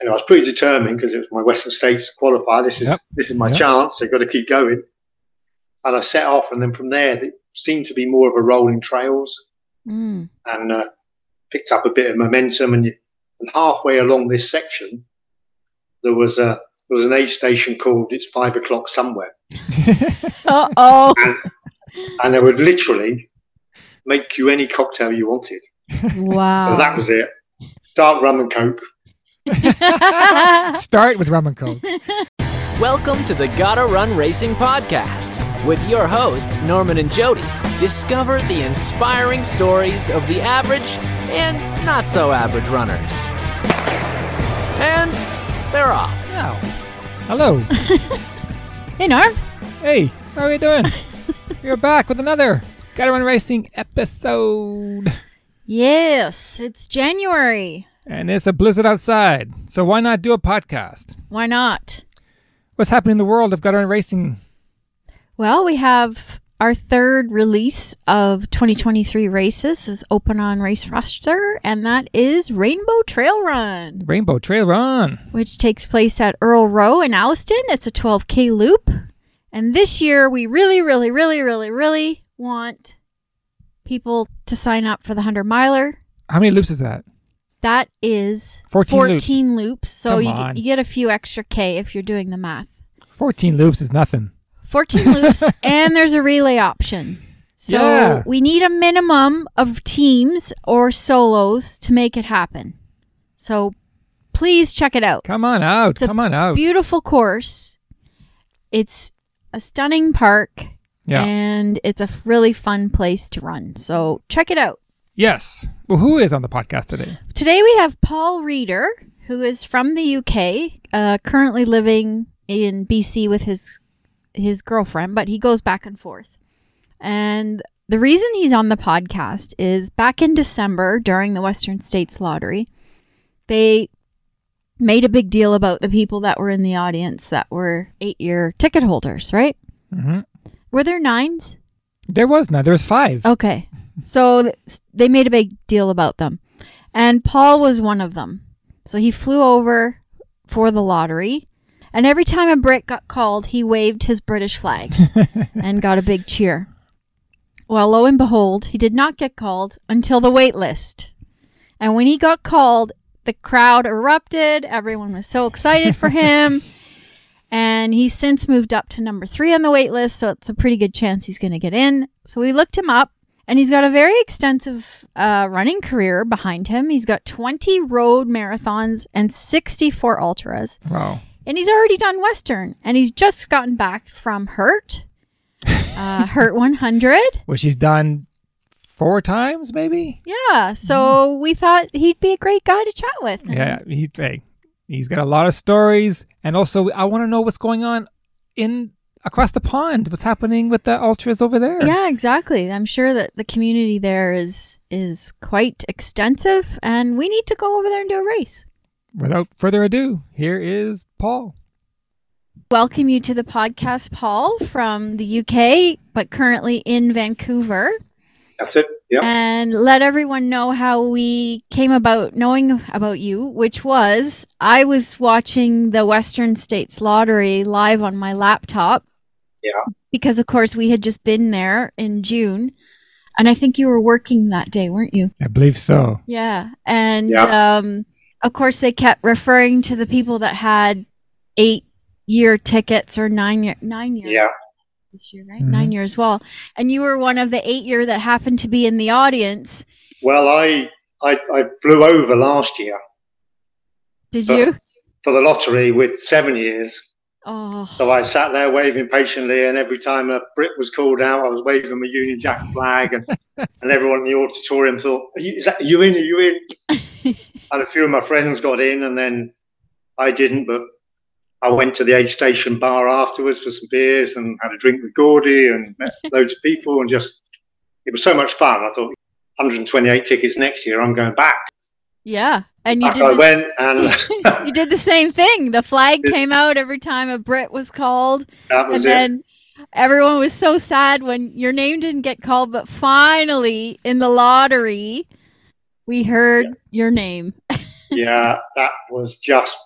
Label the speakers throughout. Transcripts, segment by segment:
Speaker 1: and I was pretty determined because it was my Western States qualifier. This is
Speaker 2: Yep.
Speaker 1: this is my
Speaker 2: Yep.
Speaker 1: chance. I've got to keep going. And I set off, and then from there, it seemed to be more of a rolling trails,
Speaker 3: Mm.
Speaker 1: and uh, picked up a bit of momentum. And, you, and halfway along this section, there was a there was an aid station called "It's Five O'clock Somewhere,"
Speaker 3: Uh oh.
Speaker 1: and they would literally make you any cocktail you wanted.
Speaker 3: Wow.
Speaker 2: Ah.
Speaker 1: So that was it. Dark rum and coke.
Speaker 2: Start with rum and coke.
Speaker 4: Welcome to the Gotta Run Racing Podcast with your hosts, Norman and Jody. Discover the inspiring stories of the average and not so average runners. And they're off.
Speaker 2: Now, hello.
Speaker 3: hey, Norm.
Speaker 2: Hey, how are you doing? We're back with another Gotta Run Racing episode.
Speaker 3: Yes, it's January.
Speaker 2: And it's a blizzard outside, so why not do a podcast?
Speaker 3: Why not?
Speaker 2: What's happening in the world of Gotta Run Racing?
Speaker 3: Well, we have our third release of 2023 races is open on race roster, and that is Rainbow Trail Run,
Speaker 2: Rainbow Trail Run.
Speaker 3: which takes place at Earl Row in Alliston. It's a 12k loop, and this year we really, really, really, really, really want people to sign up for the 100 miler.
Speaker 2: How many loops is that?
Speaker 3: That is
Speaker 2: 14 loops.
Speaker 3: loops, so
Speaker 2: Come
Speaker 3: you,
Speaker 2: on.
Speaker 3: you get a few extra k if you're doing the math.
Speaker 2: 14 loops is nothing.
Speaker 3: 14 loops and there's a relay option. So
Speaker 2: Yeah.
Speaker 3: we need a minimum of teams or solos to make it happen. So please check it out.
Speaker 2: Come on out.
Speaker 3: It's a
Speaker 2: Come on out.
Speaker 3: Beautiful course. It's a stunning park
Speaker 2: yeah.
Speaker 3: and it's a f- really fun place to run. So check it out.
Speaker 2: yes. Well, who is on the podcast today?
Speaker 3: Today we have Paul Reeder, who is from the UK, uh, currently living in BC with his his girlfriend, but he goes back and forth. And the reason he's on the podcast is back in December during the Western States Lottery, they made a big deal about the people that were in the audience that were eight year ticket holders, right?
Speaker 2: hmm
Speaker 3: Were there nines?
Speaker 2: There was none. There was five.
Speaker 3: Okay. So th- s- they made a big deal about them. And Paul was one of them. So he flew over for the lottery. And every time a Brit got called, he waved his British flag and got a big cheer. Well, lo and behold, he did not get called until the wait list. And when he got called, the crowd erupted. Everyone was so excited for him. And he's since moved up to number three on the wait list, so it's a pretty good chance he's going to get in. So we looked him up, and he's got a very extensive uh, running career behind him. He's got 20 road marathons and 64 ultras
Speaker 2: Wow.
Speaker 3: and he's already done Western, and he's just gotten back from Hurt, uh, Hurt 100.
Speaker 2: Well, she's done four times, maybe?
Speaker 3: Yeah, so we thought he'd be a great guy to chat with.
Speaker 2: Yeah. He, hey, he's got a lot of stories. And also, I want to know what's going on in across the pond. What's happening with the ultras over there?
Speaker 3: yeah, exactly. I'm sure that the community there is is quite extensive, and we need to go over there and do a race.
Speaker 2: Without further ado, here is Paul.
Speaker 3: Welcome you to the podcast, Paul, from the UK, but currently in Vancouver.
Speaker 1: That's it. Yeah.
Speaker 3: and let everyone know how we came about knowing about you, which was I was watching the Western States Lottery live on my laptop.
Speaker 1: Yeah.
Speaker 3: Because, of course, we had just been there in June. And I think you were working that day, weren't you?
Speaker 2: I believe so.
Speaker 3: Yeah. And
Speaker 1: Yeah.
Speaker 3: um, of course, they kept referring to the people that had eight year tickets or nine year, nine years
Speaker 1: Yeah.
Speaker 3: this year, right?
Speaker 2: Mhm.
Speaker 3: Nine years. Well, and you were one of the eight year that happened to be in the audience.
Speaker 1: Well, I, I I flew over last year
Speaker 3: Did
Speaker 1: So-
Speaker 3: you?
Speaker 1: for the lottery with seven years.
Speaker 3: Oh,
Speaker 1: So I sat there waving patiently, and every time a Brit was called out, I was waving my Union Jack flag, and, and everyone in the auditorium thought, are you, is that, are you in? Are you in? and a few of my friends got in, and then I didn't, but I went to the aid station bar afterwards for some beers and had a drink with Gordy and met loads of people, and just it was so much fun. I thought, 128 tickets next year, I'm going back.
Speaker 3: yeah. And you
Speaker 1: Back
Speaker 3: did,
Speaker 1: I
Speaker 3: the,
Speaker 1: went, and
Speaker 3: you did the same thing. The flag came out every time a Brit was called.
Speaker 1: that
Speaker 3: And
Speaker 1: was it.
Speaker 3: then everyone was so sad when your name didn't get called. But finally, in the lottery, we heard your name.
Speaker 1: yeah, that was just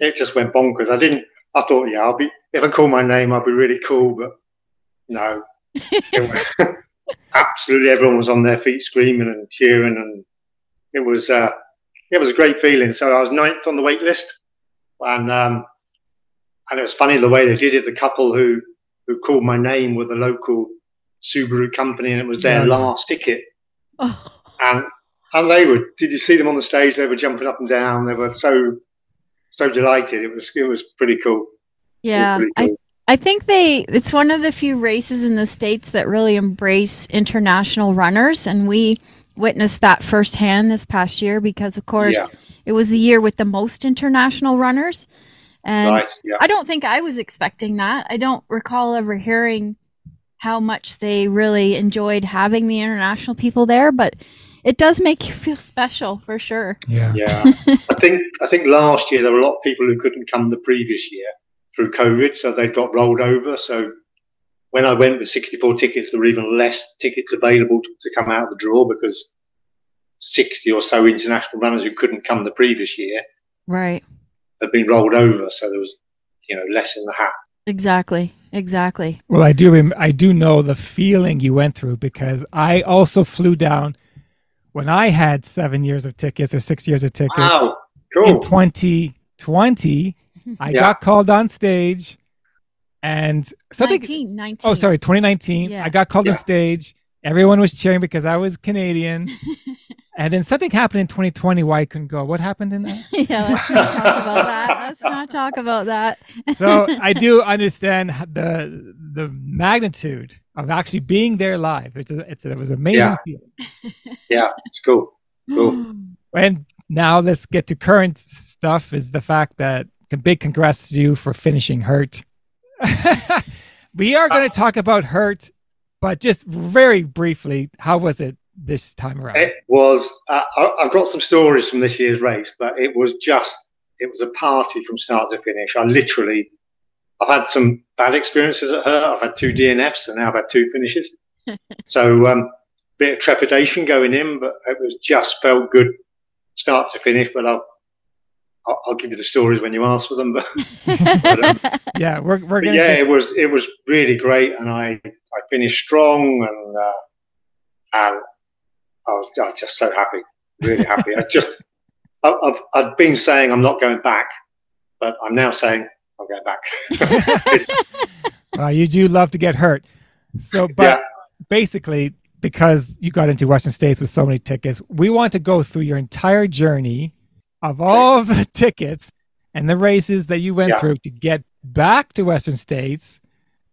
Speaker 1: it just went bonkers. I didn't. I thought, yeah, I'll be if I call my name, I'll be really cool. But no, It was- absolutely everyone was on their feet screaming and cheering, and it was uh, it was a great feeling. So I was ninth on the wait list, and um, and it was funny the way they did it. The couple who who called my name were the local Subaru company, and it was their
Speaker 2: Yeah.
Speaker 1: last ticket.
Speaker 3: Oh,
Speaker 1: And and they were. Did you see them on the stage? They were jumping up and down. They were so so delighted. It was it was pretty cool. It was
Speaker 3: yeah.
Speaker 1: pretty
Speaker 3: I,
Speaker 1: cool.
Speaker 3: I think they, it's one of the few races in the States that really embrace international runners. And we witnessed that firsthand this past year because, of course,
Speaker 1: Yeah.
Speaker 3: it was the year with the most international runners. And
Speaker 1: right. Yeah.
Speaker 3: I don't think I was expecting that. I don't recall ever hearing how much they really enjoyed having the international people there, but it does make you feel special for sure.
Speaker 2: Yeah.
Speaker 1: Yeah, I think I think last year there were a lot of people who couldn't come the previous year through COVID, so they got rolled over. So when I went with 64 tickets, there were even less tickets available to, to come out of the draw because 60 or so international runners who couldn't come the previous year
Speaker 3: Right.
Speaker 1: had been rolled over. So there was, you know, less in the hat.
Speaker 3: Exactly. Exactly.
Speaker 2: Well, I do. Rem- I do know the feeling you went through because I also flew down when I had seven years of tickets or six years of tickets
Speaker 1: Wow,
Speaker 2: in
Speaker 1: cool.
Speaker 2: 2020. I
Speaker 1: Yeah.
Speaker 2: got called on stage, and something.
Speaker 3: 19, 19.
Speaker 2: Oh, sorry, 2019.
Speaker 3: Yeah.
Speaker 2: I got called on
Speaker 1: Yeah.
Speaker 2: stage. Everyone was cheering because I was Canadian, and then something happened in 2020 why I couldn't go. What happened in that?
Speaker 3: yeah, let's not talk about that. Let's not talk about that.
Speaker 2: so I do understand h- the the magnitude of actually being there live. It's a, it's a, it was an amazing
Speaker 1: Yeah.
Speaker 2: feeling.
Speaker 1: It's cool. Cool.
Speaker 2: And now let's get to current stuff. Is the fact that a big congrats to you for finishing hurt. we are
Speaker 1: Uh,
Speaker 2: going to talk about hurt, but just very briefly. How was it this time around?
Speaker 1: It was. Uh, I, I've got some stories from this year's race, but it was just. It was a party from start to finish. I literally. I've had some bad experiences at her. I've had two DNFs, and now I've had two finishes. so, um, bit of trepidation going in, but it was just felt good, start to finish. But I'll, I'll, I'll give you the stories when you ask for them. But
Speaker 2: yeah, we're we're
Speaker 1: but
Speaker 2: going
Speaker 1: yeah,
Speaker 2: to
Speaker 1: it was it was really great, and I I finished strong, and uh, and I was, I was just so happy, really happy. I just I, I've I've been saying I'm not going back, but I'm now saying I'm going back. It's-
Speaker 2: Well, you do love to get hurt. So, but
Speaker 1: Yeah.
Speaker 2: basically, because you got into Western States with so many tickets, we want to go through your entire journey of all the tickets and the races that you went
Speaker 1: Yeah.
Speaker 2: through to get back to Western States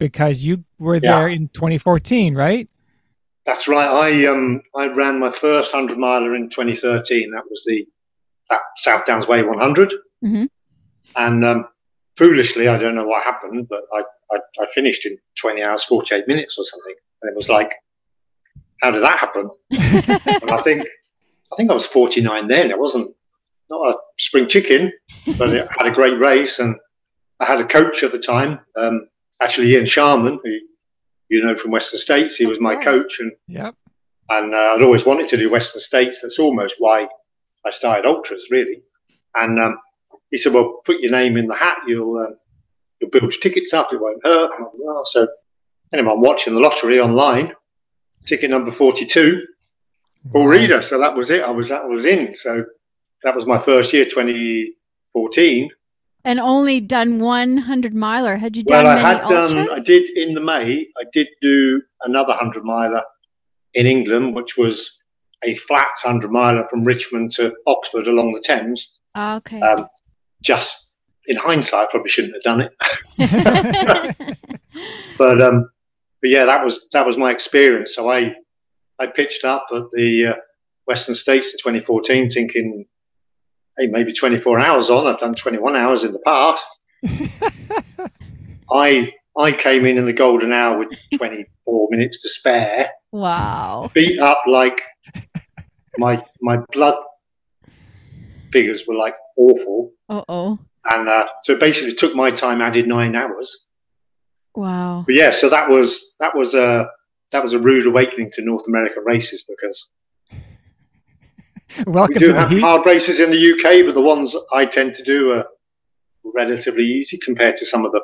Speaker 2: because you were
Speaker 1: Yeah.
Speaker 2: there in 2014, right?
Speaker 1: That's right. I um I ran my first hundred miler in 2013. That was the that South Downs Way 100,
Speaker 3: Mhm.
Speaker 1: and um, foolishly, I don't know what happened, but I, I I finished in 20 hours 48 minutes or something, and it was like, how did that happen? and I think I think I was 49 then. It wasn't not a spring chicken, but it had a great race, and I had a coach at the time, um, actually Ian Sharman, who you know from Western States. He
Speaker 3: Of
Speaker 1: was my
Speaker 3: course.
Speaker 1: coach, and
Speaker 2: Yep.
Speaker 1: and uh, I'd always wanted to do Western States. That's almost why I started ultras, really. And um, he said, "Well, put your name in the hat. You'll um, you'll build your tickets up. It won't hurt." Blah, blah, blah. So anyway, I'm watching the lottery online. Ticket number forty-two, Paul Reader. So that was it. I was that was in. So that was my first year, 2014.
Speaker 3: and only done 100 miler. Had you done
Speaker 1: Well, I
Speaker 3: many
Speaker 1: had done.
Speaker 3: ultras?
Speaker 1: I did in the May. I did do another hundred miler in England, which was a flat hundred miler from Richmond to Oxford along the Thames.
Speaker 3: Ah, okay.
Speaker 1: Um, just in hindsight, I probably shouldn't have done it, but um, but yeah, that was that was my experience. So I I pitched up at the uh, Western States in 2014, thinking, hey, maybe 24 hours on. I've done 21 hours in the past. I I came in in the golden hour with 24 minutes to spare,
Speaker 3: wow.
Speaker 1: beat up like my my blood figures were like awful,
Speaker 3: Uh oh.
Speaker 1: and uh, so it basically took my time added nine hours.
Speaker 3: Wow.
Speaker 1: But yeah, so that was that was a that was a rude awakening to North American races because
Speaker 2: Welcome
Speaker 1: we do
Speaker 2: to the
Speaker 1: have
Speaker 2: heat.
Speaker 1: hard races in the UK, but the ones I tend to do are relatively easy compared to some of the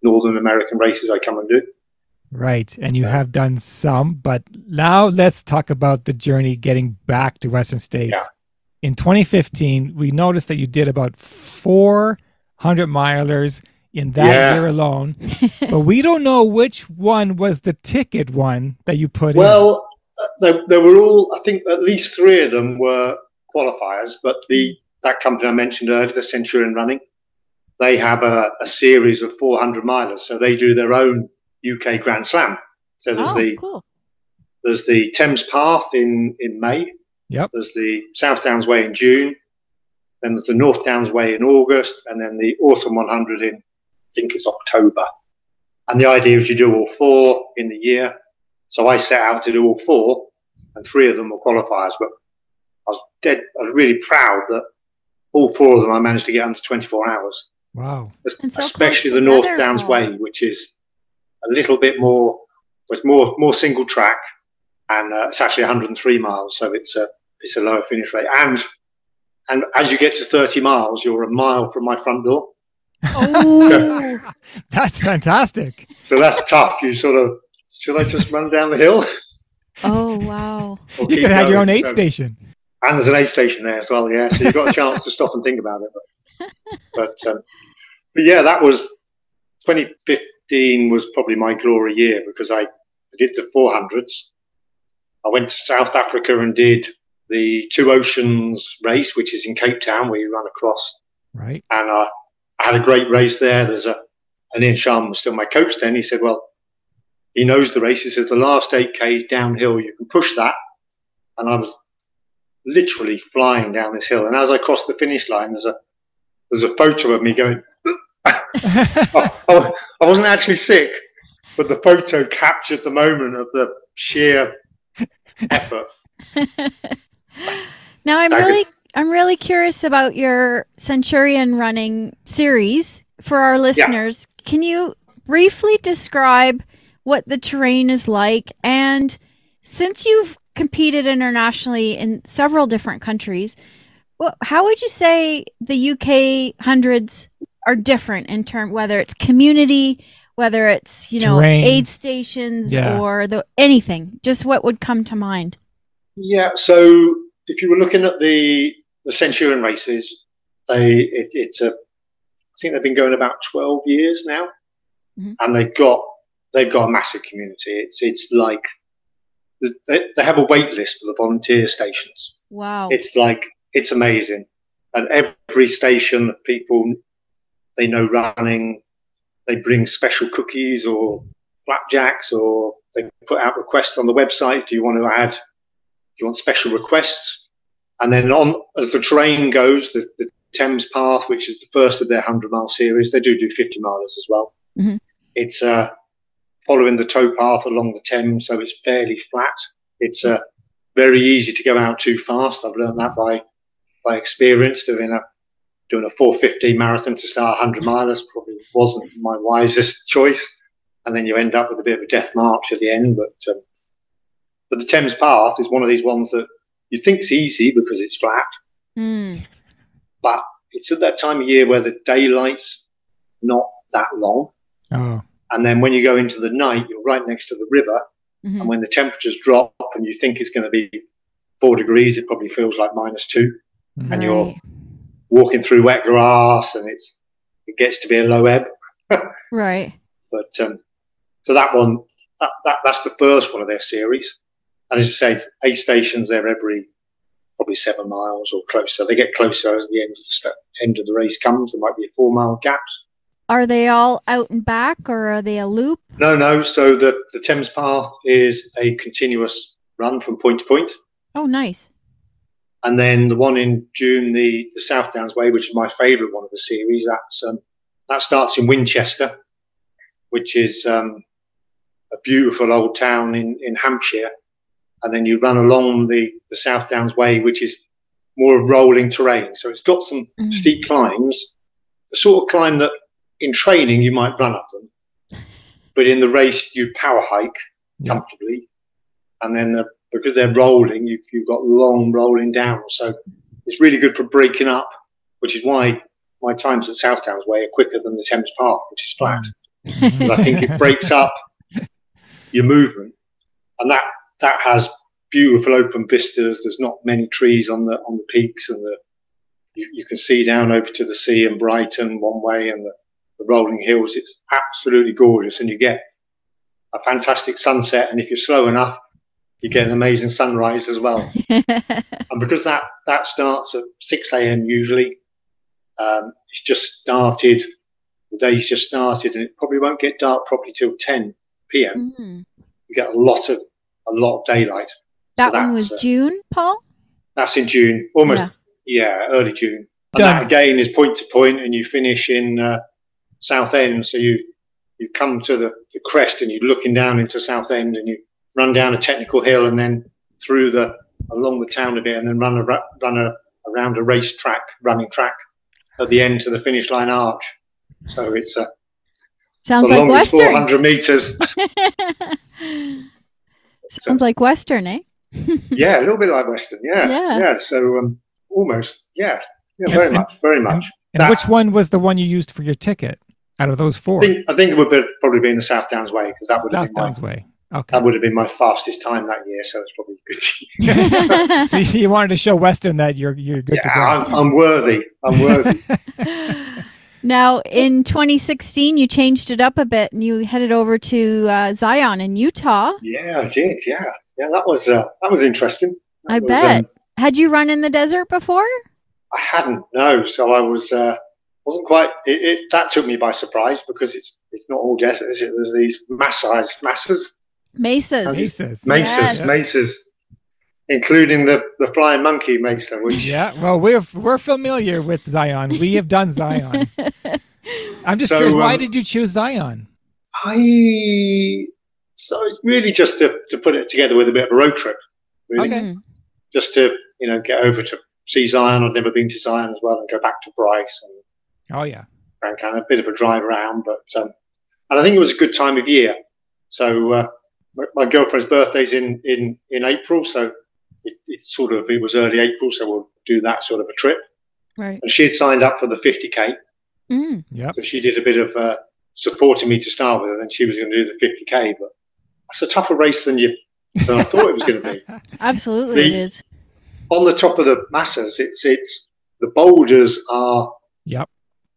Speaker 1: Northern American races I come and do.
Speaker 2: Right. And you have done some, but now let's talk about the journey getting back to Western States.
Speaker 1: Yeah.
Speaker 2: In 2015, we noticed that you did about 400 milers in that
Speaker 1: Yeah.
Speaker 2: year alone, but we don't know which one was the ticket one that you put in.
Speaker 1: Well, uh, they, they were all. I think at least three of them were qualifiers. But the that company I mentioned earlier, the Centurion Running, they have a, a series of 400 milers. So they do their own UK Grand Slam. So there's
Speaker 5: Oh,
Speaker 1: the
Speaker 5: cool.
Speaker 1: there's the Thames Path in in May.
Speaker 2: Yep.
Speaker 1: There's the South Downs Way in June. Then there's the North Downs Way in August, and then the Autumn 100 in I think it's October. And the idea is you do all four in the year. So I set out to do all four, and three of them were qualifiers. But I was dead. I was really proud that all four of them I managed to get under 24 hours
Speaker 2: Wow.
Speaker 1: es-
Speaker 5: And so close
Speaker 1: especially the North
Speaker 5: together,
Speaker 1: Downs
Speaker 5: Paul.
Speaker 1: Way, which is a little bit more with more more single track, and uh, it's actually 103 miles, so it's a it's a lower finish rate. And and as you get to 30 miles, you're a mile from my front door,
Speaker 5: Oh,
Speaker 2: That's fantastic.
Speaker 1: so that's tough. You sort of should I just run down the hill?
Speaker 3: Oh wow.
Speaker 1: Or
Speaker 2: You
Speaker 1: keep
Speaker 2: could have your own
Speaker 1: going?
Speaker 2: aid
Speaker 1: So-
Speaker 2: station.
Speaker 1: And there's an aid station there as well, yeah. So you've got a chance to stop and think about it. But, but, um, but yeah, that was 2015 was probably my glory year because I did the 400s. I went to South Africa and did the Two Oceans race, which is in Cape Town where you run across.
Speaker 2: Right.
Speaker 1: And I, I had a great race there. There's a, and Ian Sharman was still my coach then. He said, well, he knows the race. He says, the last 8K downhill, you can push that. And I was literally flying down this hill. And as I crossed the finish line, there's a there's a photo of me going. Oh, I wa- I wasn't actually sick, but the photo captured the moment of the sheer effort.
Speaker 3: now I'm
Speaker 1: I could-
Speaker 3: really I'm really curious about your Centurion running series for our listeners. Can you briefly describe what the terrain is like and since you've competed internationally in several different countries, well, how would you say the UK hundreds are different in term whether it's community, whether it's you know
Speaker 2: Terrain.
Speaker 3: aid stations
Speaker 2: Yeah.
Speaker 3: or the anything, just what would come to mind?
Speaker 1: Yeah. So if you were looking at the the Centurion races, they it, it's a I think they've been going about twelve years now,
Speaker 3: Mhm.
Speaker 1: and they've got they've got a massive community. It's it's like they, they have a wait list for the volunteer stations.
Speaker 3: Wow.
Speaker 1: it's like it's amazing at every station the people they know running they bring special cookies or flapjacks or they put out requests on the website do you want to add do you want special requests and then on as the train goes the, the thames path which is the first of their 100 mile series they do do 50 milers as well
Speaker 3: Mhm.
Speaker 1: it's uh, following the towpath along the thames so it's fairly flat it's uh, very easy to go out too fast. I've learned that by by experience doing a doing a 450 marathon to start 100 milers probably wasn't my wisest choice, and then you end up with a bit of a death march at the end. But um, but the Thames Path is one of these ones that you think's easy because it's flat.
Speaker 3: Hmm.
Speaker 1: It's at that time of year where the daylight's not that long,
Speaker 2: Oh,
Speaker 1: and then when you go into the night, you're right next to the river,
Speaker 3: Mhm.
Speaker 1: and when the temperatures drop and you think it's going to be four degrees, it probably feels like minus two. and you're-
Speaker 3: Right.
Speaker 1: walking through wet grass and it's it gets to be a low ebb
Speaker 3: right.
Speaker 1: but um, so that one that, that that's the first one of their series and as I say eight stations there every probably seven miles or closer they get closer as the end of the st- end of the race comes there might be four mile gaps
Speaker 3: Are they all out and back or are they a loop?
Speaker 1: no no so the the Thames Path is a continuous run from point to point
Speaker 3: Oh, nice.
Speaker 1: And then the one in June, the, the South Downs Way, which is my favourite one of the series, that's um, that starts in Winchester, which is um, a beautiful old town in, in Hampshire. And then you run along the, the South Downs Way, which is more rolling terrain. So it's got some
Speaker 3: Mm.
Speaker 1: steep climbs, the sort of climb that in training you might run up them, but in the race you power hike
Speaker 2: Yeah.
Speaker 1: comfortably. And then the, because they're rolling, you, you've got long rolling down. So it's really good for breaking up, which is why my times at South Downs Way are quicker than the Thames Park, which is flat. But I think it breaks up your movement, and that that has beautiful open vistas. There's not many trees on the on the peaks, and the you, you can see down over to the sea and Brighton one way, and the, the rolling hills. It's absolutely gorgeous, and you get a fantastic sunset. And if you're slow enough, you get an amazing sunrise as well.
Speaker 3: Mm-hmm.
Speaker 1: and because that that starts at six a.m. usually, um, it's just started. The day's just started, and it probably won't get dark properly till ten p.m.
Speaker 3: Mhm.
Speaker 1: You get a lot of a lot of daylight.
Speaker 3: That
Speaker 1: So
Speaker 3: one was
Speaker 1: that's, uh,
Speaker 3: June, Paul?
Speaker 1: That's in June, almost yeah, early June. And
Speaker 2: Done.
Speaker 1: that again is point to point, and you finish in uh, South End. So you you come to the, the crest, and you're looking down into South End, and you run down a technical hill, and then through the along the town a bit, and then run a ra- run a, around a race track, running track at the end to the finish line arch. So it's uh,
Speaker 3: Sounds
Speaker 1: the
Speaker 3: like
Speaker 1: longest
Speaker 3: Western.
Speaker 1: 400 meters.
Speaker 3: Sounds like Western, eh?
Speaker 1: yeah, a little bit like Western. Yeah,
Speaker 3: Yeah.
Speaker 1: yeah. So um, almost, yeah, yeah, very
Speaker 2: And-
Speaker 1: much, very much.
Speaker 2: And
Speaker 1: That-
Speaker 2: which one was the one you used for your ticket out of those four?
Speaker 1: I think, I think it would be, probably be in the South Downs way because that would have
Speaker 2: South
Speaker 1: been my,
Speaker 2: Downs Way. Okay.
Speaker 1: that would have been my fastest time that year. So it's probably good.
Speaker 3: eh?
Speaker 2: so you you wanted to show Weston that you're you're good
Speaker 1: yeah, I'm, uh, I'm worthy. I'm
Speaker 2: to
Speaker 1: worthy.
Speaker 2: go.
Speaker 3: now, in 2016, you changed it up a bit and you headed over to uh, Zion in Utah.
Speaker 1: yeah, I did. Yeah, yeah. That was uh, that was interesting. That
Speaker 3: I
Speaker 1: was,
Speaker 3: bet.
Speaker 1: um,
Speaker 3: Had you run in the desert before?
Speaker 1: I hadn't no, so I was uh, wasn't quite. It, it that took me by surprise because it's it's not all desert. Is it? There's these massage masses,
Speaker 3: Mesas.
Speaker 2: Aces.
Speaker 1: mesas,
Speaker 3: Yes.
Speaker 1: mesas, including the the flying monkey mesa, which
Speaker 2: Yeah, well, we're we're familiar with Zion. We have done Zion. I'm just
Speaker 1: So,
Speaker 2: curious, why
Speaker 1: um,
Speaker 2: did you choose Zion?
Speaker 1: I so it's really just to, to put it together with a bit of a road trip, really,
Speaker 2: Okay.
Speaker 3: Mhm.
Speaker 1: just to you know get over to see Zion. I'd never been to Zion as well, and go back to Bryce and
Speaker 2: Oh yeah,
Speaker 1: Grand Canyon. A bit of a drive around, but um, and I think it was a good time of year. So uh, my, my girlfriend's birthday's in in in April, so it, it sort of it was early April, so we'll do that sort of a trip.
Speaker 3: Right.
Speaker 1: And she had signed up for the 50k,
Speaker 3: Mm.
Speaker 2: yep.
Speaker 1: so she did a bit of uh, supporting me to start with, and then she was going to do the 50k. But that's a tougher race than you than I thought it was going to be.
Speaker 3: Absolutely, it
Speaker 1: The-
Speaker 3: is.
Speaker 1: On the top of the masses, it's it's the boulders are
Speaker 2: Yep.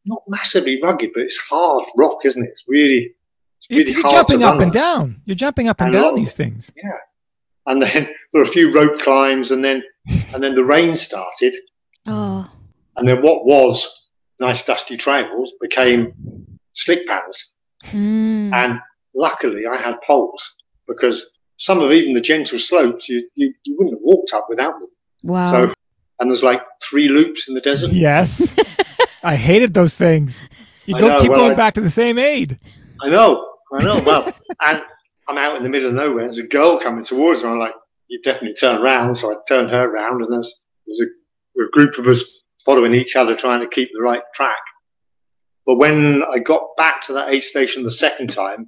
Speaker 1: not massively rugged, but it's hard rock, isn't it? It's really it's
Speaker 2: You're,
Speaker 1: really
Speaker 2: you're
Speaker 1: hard
Speaker 2: jumping
Speaker 1: to
Speaker 2: up
Speaker 1: run
Speaker 2: and
Speaker 1: on.
Speaker 2: down. You're jumping up and
Speaker 1: And
Speaker 2: down
Speaker 1: long.
Speaker 2: these things.
Speaker 1: And then there were a few rope climbs, and then and then the rain started,
Speaker 3: Oh,
Speaker 1: and then what was nice dusty trails became slick paddles.
Speaker 3: Mm.
Speaker 2: Uh,
Speaker 1: And luckily, I had poles because some of even the gentle slopes you, you, you wouldn't have walked up without them.
Speaker 3: wow.
Speaker 1: So, and there's like three loops in the desert.
Speaker 2: Yes, I hated those things. You
Speaker 1: I
Speaker 2: go
Speaker 1: know,
Speaker 2: keep
Speaker 1: well,
Speaker 2: going
Speaker 1: I-
Speaker 2: back to the same aid.
Speaker 1: I know, I know. Well, and I'm out in the middle of nowhere. There's a girl coming towards me. I'm like, you definitely turn around. So I turned her around, and there's, there's a, a group of us following each other, trying to keep the right track. But when I got back to that aid station the second time,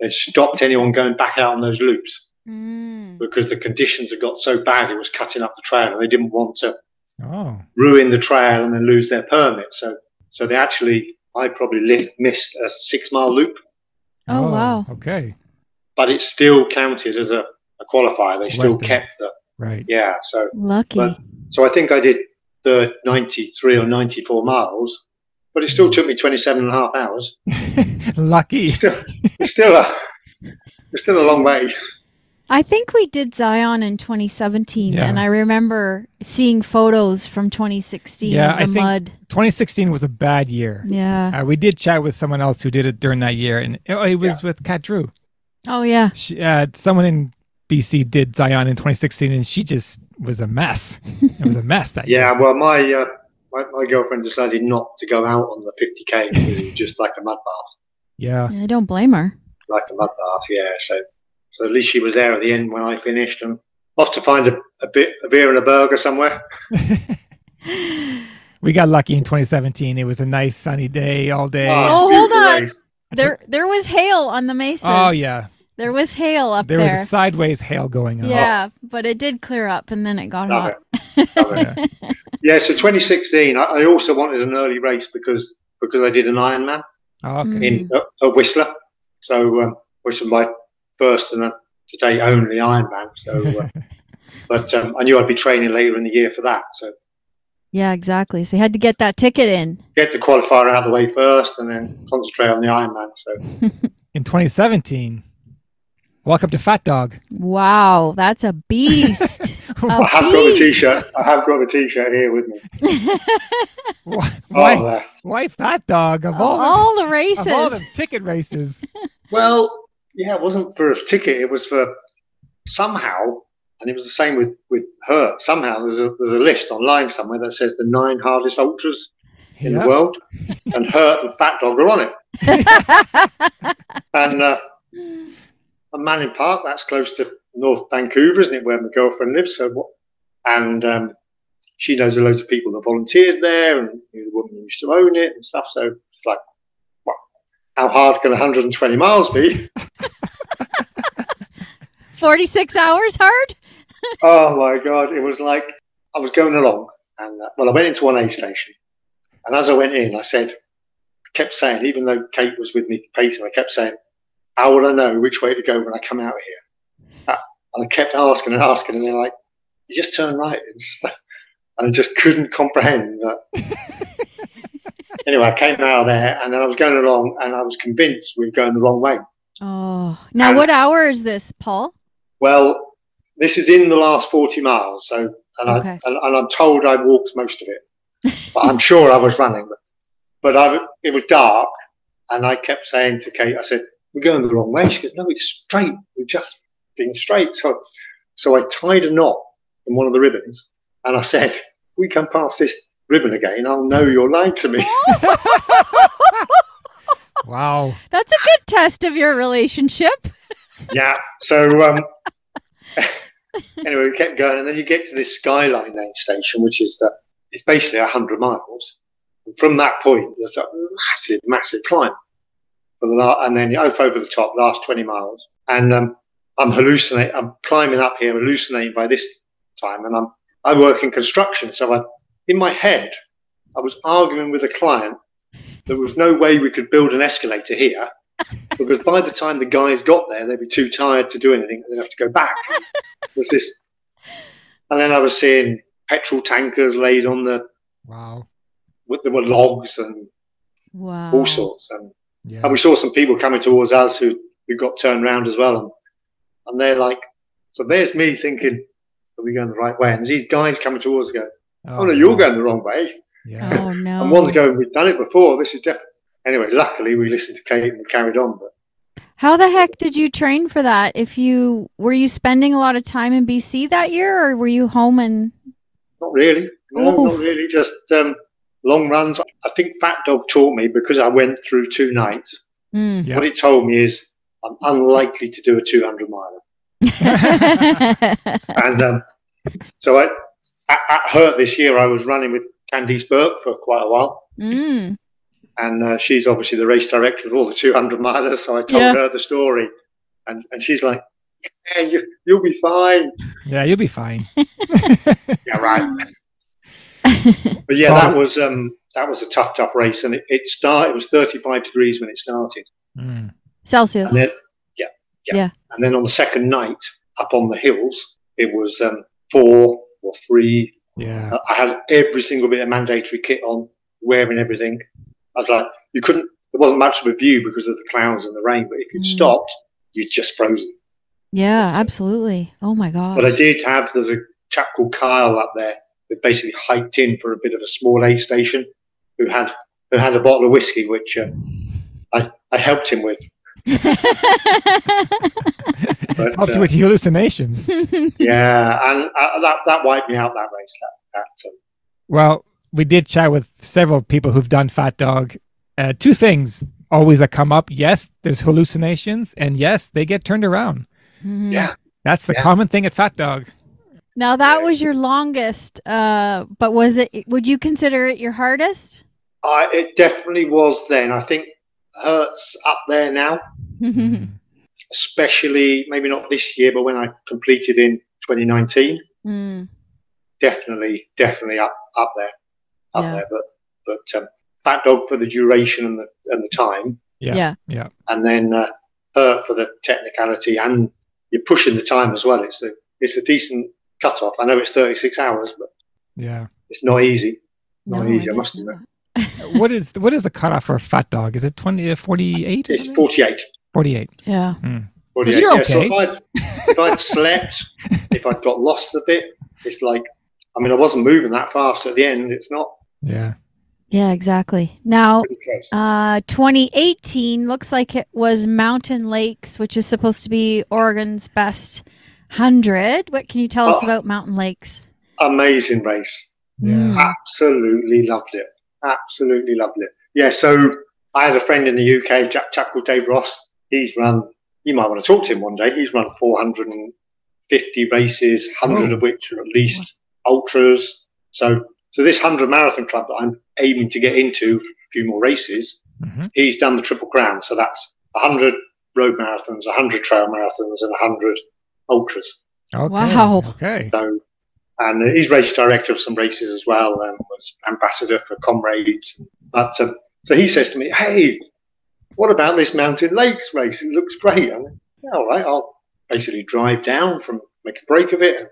Speaker 1: they stopped anyone going back out on those loops.
Speaker 3: Mm.
Speaker 1: because the conditions had got so bad it was cutting up the trail and they didn't want to
Speaker 2: Oh,
Speaker 1: ruin the trail and then lose their permit. So, so they actually, I probably li- missed a six mile loop,
Speaker 3: Oh, wow.
Speaker 2: Okay,
Speaker 1: but it still counted as a, a qualifier. They still
Speaker 2: Western.
Speaker 1: kept the,
Speaker 2: right.
Speaker 1: yeah. So,
Speaker 3: Lucky.
Speaker 1: But- so I think I did the 93 or 94 miles, but it still took me 27 and a half hours.
Speaker 2: Lucky.
Speaker 1: It's still a, it's still a long way.
Speaker 3: I think we did Zion in 2017,
Speaker 2: Yeah.
Speaker 3: and I remember seeing photos from 2016
Speaker 2: Yeah, I
Speaker 3: of the
Speaker 2: think-
Speaker 3: mud.
Speaker 2: 2016 was a bad year.
Speaker 3: Yeah.
Speaker 2: Uh, we did chat with someone else who did it during that year, and it, it was with Kat Drew.
Speaker 3: Oh yeah.
Speaker 2: she, uh, someone in BC did Zion in 2016, and she just was a mess. It was a mess that year.
Speaker 1: Yeah. Well, my, uh, my, my girlfriend decided not to go out on the 50k because it was just like a mud bath.
Speaker 2: Yeah,
Speaker 3: I don't blame her.
Speaker 1: like a mud bath, yeah. So, so at least she was there at the end when I finished, and off to find a, a bit a beer and a burger somewhere.
Speaker 2: we got lucky in 2017. It was a nice sunny day all day.
Speaker 1: Ah,
Speaker 3: Oh,
Speaker 1: beautiful
Speaker 3: hold on.
Speaker 1: race.
Speaker 3: There, there was hail on the mesas.
Speaker 2: Oh, yeah,
Speaker 3: there was hail up
Speaker 2: there
Speaker 3: there.
Speaker 2: was a oh. sideways hail going on.
Speaker 3: yeah, but it did clear up, and then it got
Speaker 1: Love
Speaker 3: hot.
Speaker 1: it. Love it. Yeah. Yeah, so 2016, I, I also wanted an early race because because I did an Ironman
Speaker 2: Oh, okay.
Speaker 1: in at, at Whistler, so um, which was my first and uh, to date only Ironman. So, uh, but um, I knew I'd be training later in the year for that, so
Speaker 3: Yeah, exactly. So you had to get that ticket in.
Speaker 1: get the qualifier out of the way first, and then concentrate on the Ironman. So Mm-hmm.
Speaker 2: In 2017, welcome to Fat Dog.
Speaker 3: Wow, that's a beast.
Speaker 1: I
Speaker 3: a
Speaker 1: have got a t-shirt. I have got a t-shirt here with me.
Speaker 2: Why,
Speaker 1: Oh,
Speaker 2: why,
Speaker 1: there.
Speaker 2: why Fat Dog of
Speaker 3: Of
Speaker 2: all,
Speaker 3: all the
Speaker 2: the, of all
Speaker 3: races.
Speaker 2: the ticket races?
Speaker 1: Well, yeah, it wasn't for a ticket. It was for somehow, and it was the same with with her. Somehow, there's a there's a list online somewhere that says the nine hardest ultras in
Speaker 2: Yeah.
Speaker 1: the world, and her and Fat Dog are on it. And uh, and Manning Park, that's close to North Vancouver, isn't it, where my girlfriend lives? So, what? and um, she knows a loads of people that volunteered there, and knew the woman who used to own it and stuff. So it's like, what? How hard can 120 miles be?
Speaker 3: 46 hours hard?
Speaker 1: oh my god it was like i was going along and uh, well i went into one aid station and as i went in i said I kept saying even though kate was with me pacing i kept saying how will i know which way to go when i come out of here Uh, and i kept asking and asking and they're like you just turn right and, stuff. and i just couldn't comprehend that anyway i came out of there and then i was going along and i was convinced we were going the wrong way
Speaker 3: Oh. Now,
Speaker 1: And-
Speaker 3: what hour is this, Paul?
Speaker 1: well, this is in the last 40 miles, so and,
Speaker 3: Okay.
Speaker 1: I, and, and I'm told I walked most of it, but I'm sure I was running. But, but I, it was dark, and I kept saying to Kate, I said, "We're going the wrong way." She goes, "No, it's straight. We've just been straight." So, so I tied a knot in one of the ribbons, and I said, "We come past this ribbon again. I'll know you're lying to me."
Speaker 2: Wow.
Speaker 3: That's a good test of your relationship.
Speaker 1: yeah. So um, anyway, we kept going, and then you get to this skyline aid station, which is that it's basically hundred miles. And from that point, there's a massive, massive climb, for the la- and then you off over the top, last twenty miles, and um, I'm hallucinating. I'm climbing up here, hallucinating by this time, and I'm I work in construction, so I in my head I was arguing with a client. There was no way we could build an escalator here because by the time the guys got there, they'd be too tired to do anything. They'd have to go back. It was this, and then I was seeing petrol tankers laid on the.
Speaker 2: Wow.
Speaker 1: with- There were logs and
Speaker 3: Wow.
Speaker 1: all sorts, and,
Speaker 2: Yeah.
Speaker 1: and we saw some people coming towards us who who got turned round as well, and and they're like, so there's me thinking, are we going the right way? And these guys coming towards us go, oh no, you're going the wrong way.
Speaker 2: Yeah.
Speaker 3: Oh, no.
Speaker 1: And one's going, we've done it before. This is definitely. Anyway, luckily we listened to Kate and we carried on. But
Speaker 3: How the heck did you train for that? If you were you spending a lot of time in BC that year, or were you home and
Speaker 1: Not really. No,
Speaker 3: Oof.
Speaker 1: not really. Just um, long runs. I think Fat Dog taught me because I went through two nights.
Speaker 3: Mm.
Speaker 2: Yeah.
Speaker 1: What it told me is I'm unlikely to do a 200 miler. And um, so I, at, at her this year, I was running with Candice Burke for quite a while.
Speaker 3: mm.
Speaker 1: And uh, she's obviously the race director of all the 200 milers. So I told
Speaker 3: Yeah.
Speaker 1: her the story. And, and she's like, yeah, you, you'll be fine.
Speaker 2: yeah, you'll be fine.
Speaker 1: Yeah, right. but yeah,
Speaker 2: Right.
Speaker 1: that was um, that was a tough, tough race, and it, it started. It was 35 degrees when it started,
Speaker 2: Mm.
Speaker 3: Celsius.
Speaker 1: and then yeah, yeah,
Speaker 3: Yeah.
Speaker 1: and then on the second night up on the hills, it was um, four or three.
Speaker 2: Yeah.
Speaker 1: I had every single bit of mandatory kit on, wearing everything. I was like, you couldn't. There wasn't much of a view because of the clouds and the rain, but if you'd
Speaker 3: Mm.
Speaker 1: stopped, you'd just frozen.
Speaker 3: Yeah, absolutely. Oh my god.
Speaker 1: But I did have there's a chap called Kyle up there that basically hiked in for a bit of a small aid station, who had who had a bottle of whiskey which uh, I I helped him with. But,
Speaker 2: Helped
Speaker 1: uh,
Speaker 2: with hallucinations.
Speaker 1: yeah, and uh, that that wiped me out that race. That, that um,
Speaker 2: Well, we did chat with several people who've done Fat Dog. Uh, two things always that come up. Yes, there's hallucinations, and yes, they get turned around.
Speaker 3: Mhm.
Speaker 1: Yeah.
Speaker 2: That's the
Speaker 1: Yeah.
Speaker 2: common thing at Fat Dog.
Speaker 3: Now that was your longest, uh, but was it? Would you consider it your hardest?
Speaker 1: I it definitely was then. I think Hertz up there now,
Speaker 3: Mm.
Speaker 1: especially maybe not this year, but when I completed in 2019, definitely definitely up up there, up
Speaker 3: Yeah.
Speaker 1: there. But but um, Fat Dog for the duration and the and the time,
Speaker 2: Yeah.
Speaker 3: Yeah.
Speaker 2: Yeah.
Speaker 1: and then uh, her for the technicality and you're pushing the time as well. It's a it's a decent cut off. I know it's 36 hours, but
Speaker 2: Yeah.
Speaker 1: it's not easy. Not
Speaker 3: No,
Speaker 1: easy. I
Speaker 3: it
Speaker 1: must
Speaker 3: is
Speaker 1: admit,
Speaker 2: what is what is the cutoff for a fat dog? Is it 20, uh, 48?
Speaker 1: it's 48.
Speaker 2: 48.
Speaker 3: not. Yeah.
Speaker 1: 48.
Speaker 2: You're
Speaker 1: Yeah, so
Speaker 2: okay.
Speaker 1: if I'd if I'd slept, if I'd got lost a bit, it's like I mean I wasn't moving that fast at the end. It's not
Speaker 2: Yeah.
Speaker 3: Yeah, exactly. Now,
Speaker 1: pretty close.
Speaker 3: uh, 2018 looks like it was Mountain Lakes, which is supposed to be Oregon's best 100. What can you tell us
Speaker 1: Oh.
Speaker 3: about Mountain Lakes?
Speaker 1: Amazing race.
Speaker 3: Mm.
Speaker 2: Yeah.
Speaker 1: Absolutely loved it. Absolutely loved it. Yeah, so I had a friend in the UK, Jack Tackle, Dave Ross. He's run, you might want to talk to him one day. He's run 450 races, 100 of which are at least ultras. So, so this 100 marathon club that I'm aiming to get into, a few more races,
Speaker 2: Mhm.
Speaker 1: he's done the Triple Crown. So that's 100 road marathons, 100 trail marathons, and 100 ultras.
Speaker 2: Okay.
Speaker 3: Wow.
Speaker 2: Okay.
Speaker 1: So, and he's race director of some races as well, and was ambassador for Comrades. But um, so he says to me, "Hey, what about this Mountain Lakes race? It looks great." I'm like, yeah, "All right, I'll basically drive down from make a break of it."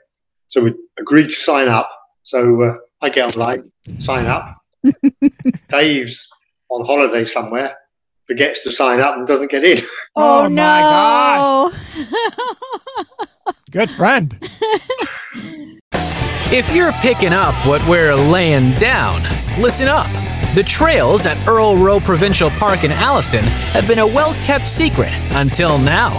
Speaker 1: So we agreed to sign up. So uh, I get online, sign up. Dave's on holiday somewhere, forgets to sign up and doesn't get in.
Speaker 2: Oh, my gosh. Good friend.
Speaker 4: If you're picking up what we're laying down, listen up. The trails at Earl Row Provincial Park in Alliston have been a well kept secret until now.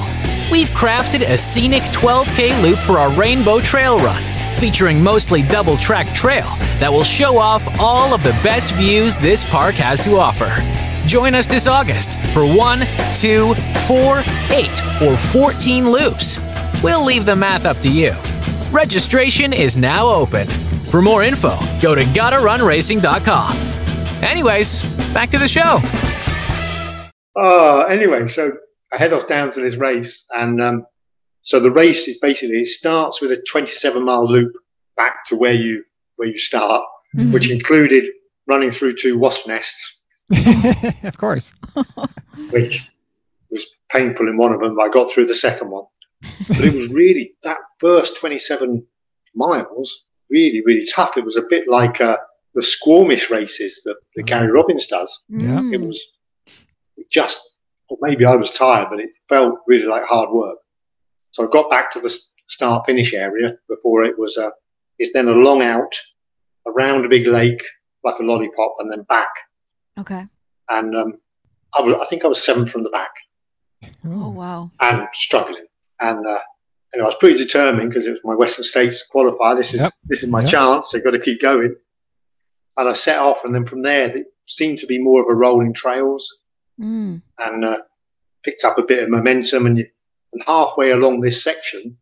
Speaker 4: We've crafted a scenic 12K loop for our Rainbow Trail Run, featuring mostly double track trail that will show off all of the best views this park has to offer. Join us this August for one, two, four, eight, or 14 loops. We'll leave the math up to you. Registration is now open. For more info, go to gottarunracing.com. Anyways, back to the show.
Speaker 1: Oh, anyway, so I head off down to this race, and um, so the race is basically it starts with a 27 mile loop back to where you where you start,
Speaker 3: Mhm.
Speaker 1: which included running through two wasp nests,
Speaker 2: of course.
Speaker 1: which was painful in one of them. I got through the second one, but it was really that first 27 miles really really tough. It was a bit like uh, the Squamish races that, that Gary Robbins does.
Speaker 2: Yeah.
Speaker 1: It
Speaker 3: Mm,
Speaker 1: was just, or maybe I was tired, but it felt really like hard work. So I got back to the s- start finish area before it was a, it's then a long out around a big lake, like a lollipop, and then back.
Speaker 3: Okay.
Speaker 1: And um, I, was, I think I was seventh from the back
Speaker 3: Oh,
Speaker 2: Oh,
Speaker 3: wow.
Speaker 1: and struggling. And uh, and I was pretty determined because it was my Western States qualifier. This is
Speaker 2: Yep.
Speaker 1: this is my
Speaker 2: Yep.
Speaker 1: chance. I've got to keep going. And I set off, and then from there, it seemed to be more of a rolling trails.
Speaker 3: Mm.
Speaker 1: and uh, picked up a bit of momentum. And, you, and halfway along this section,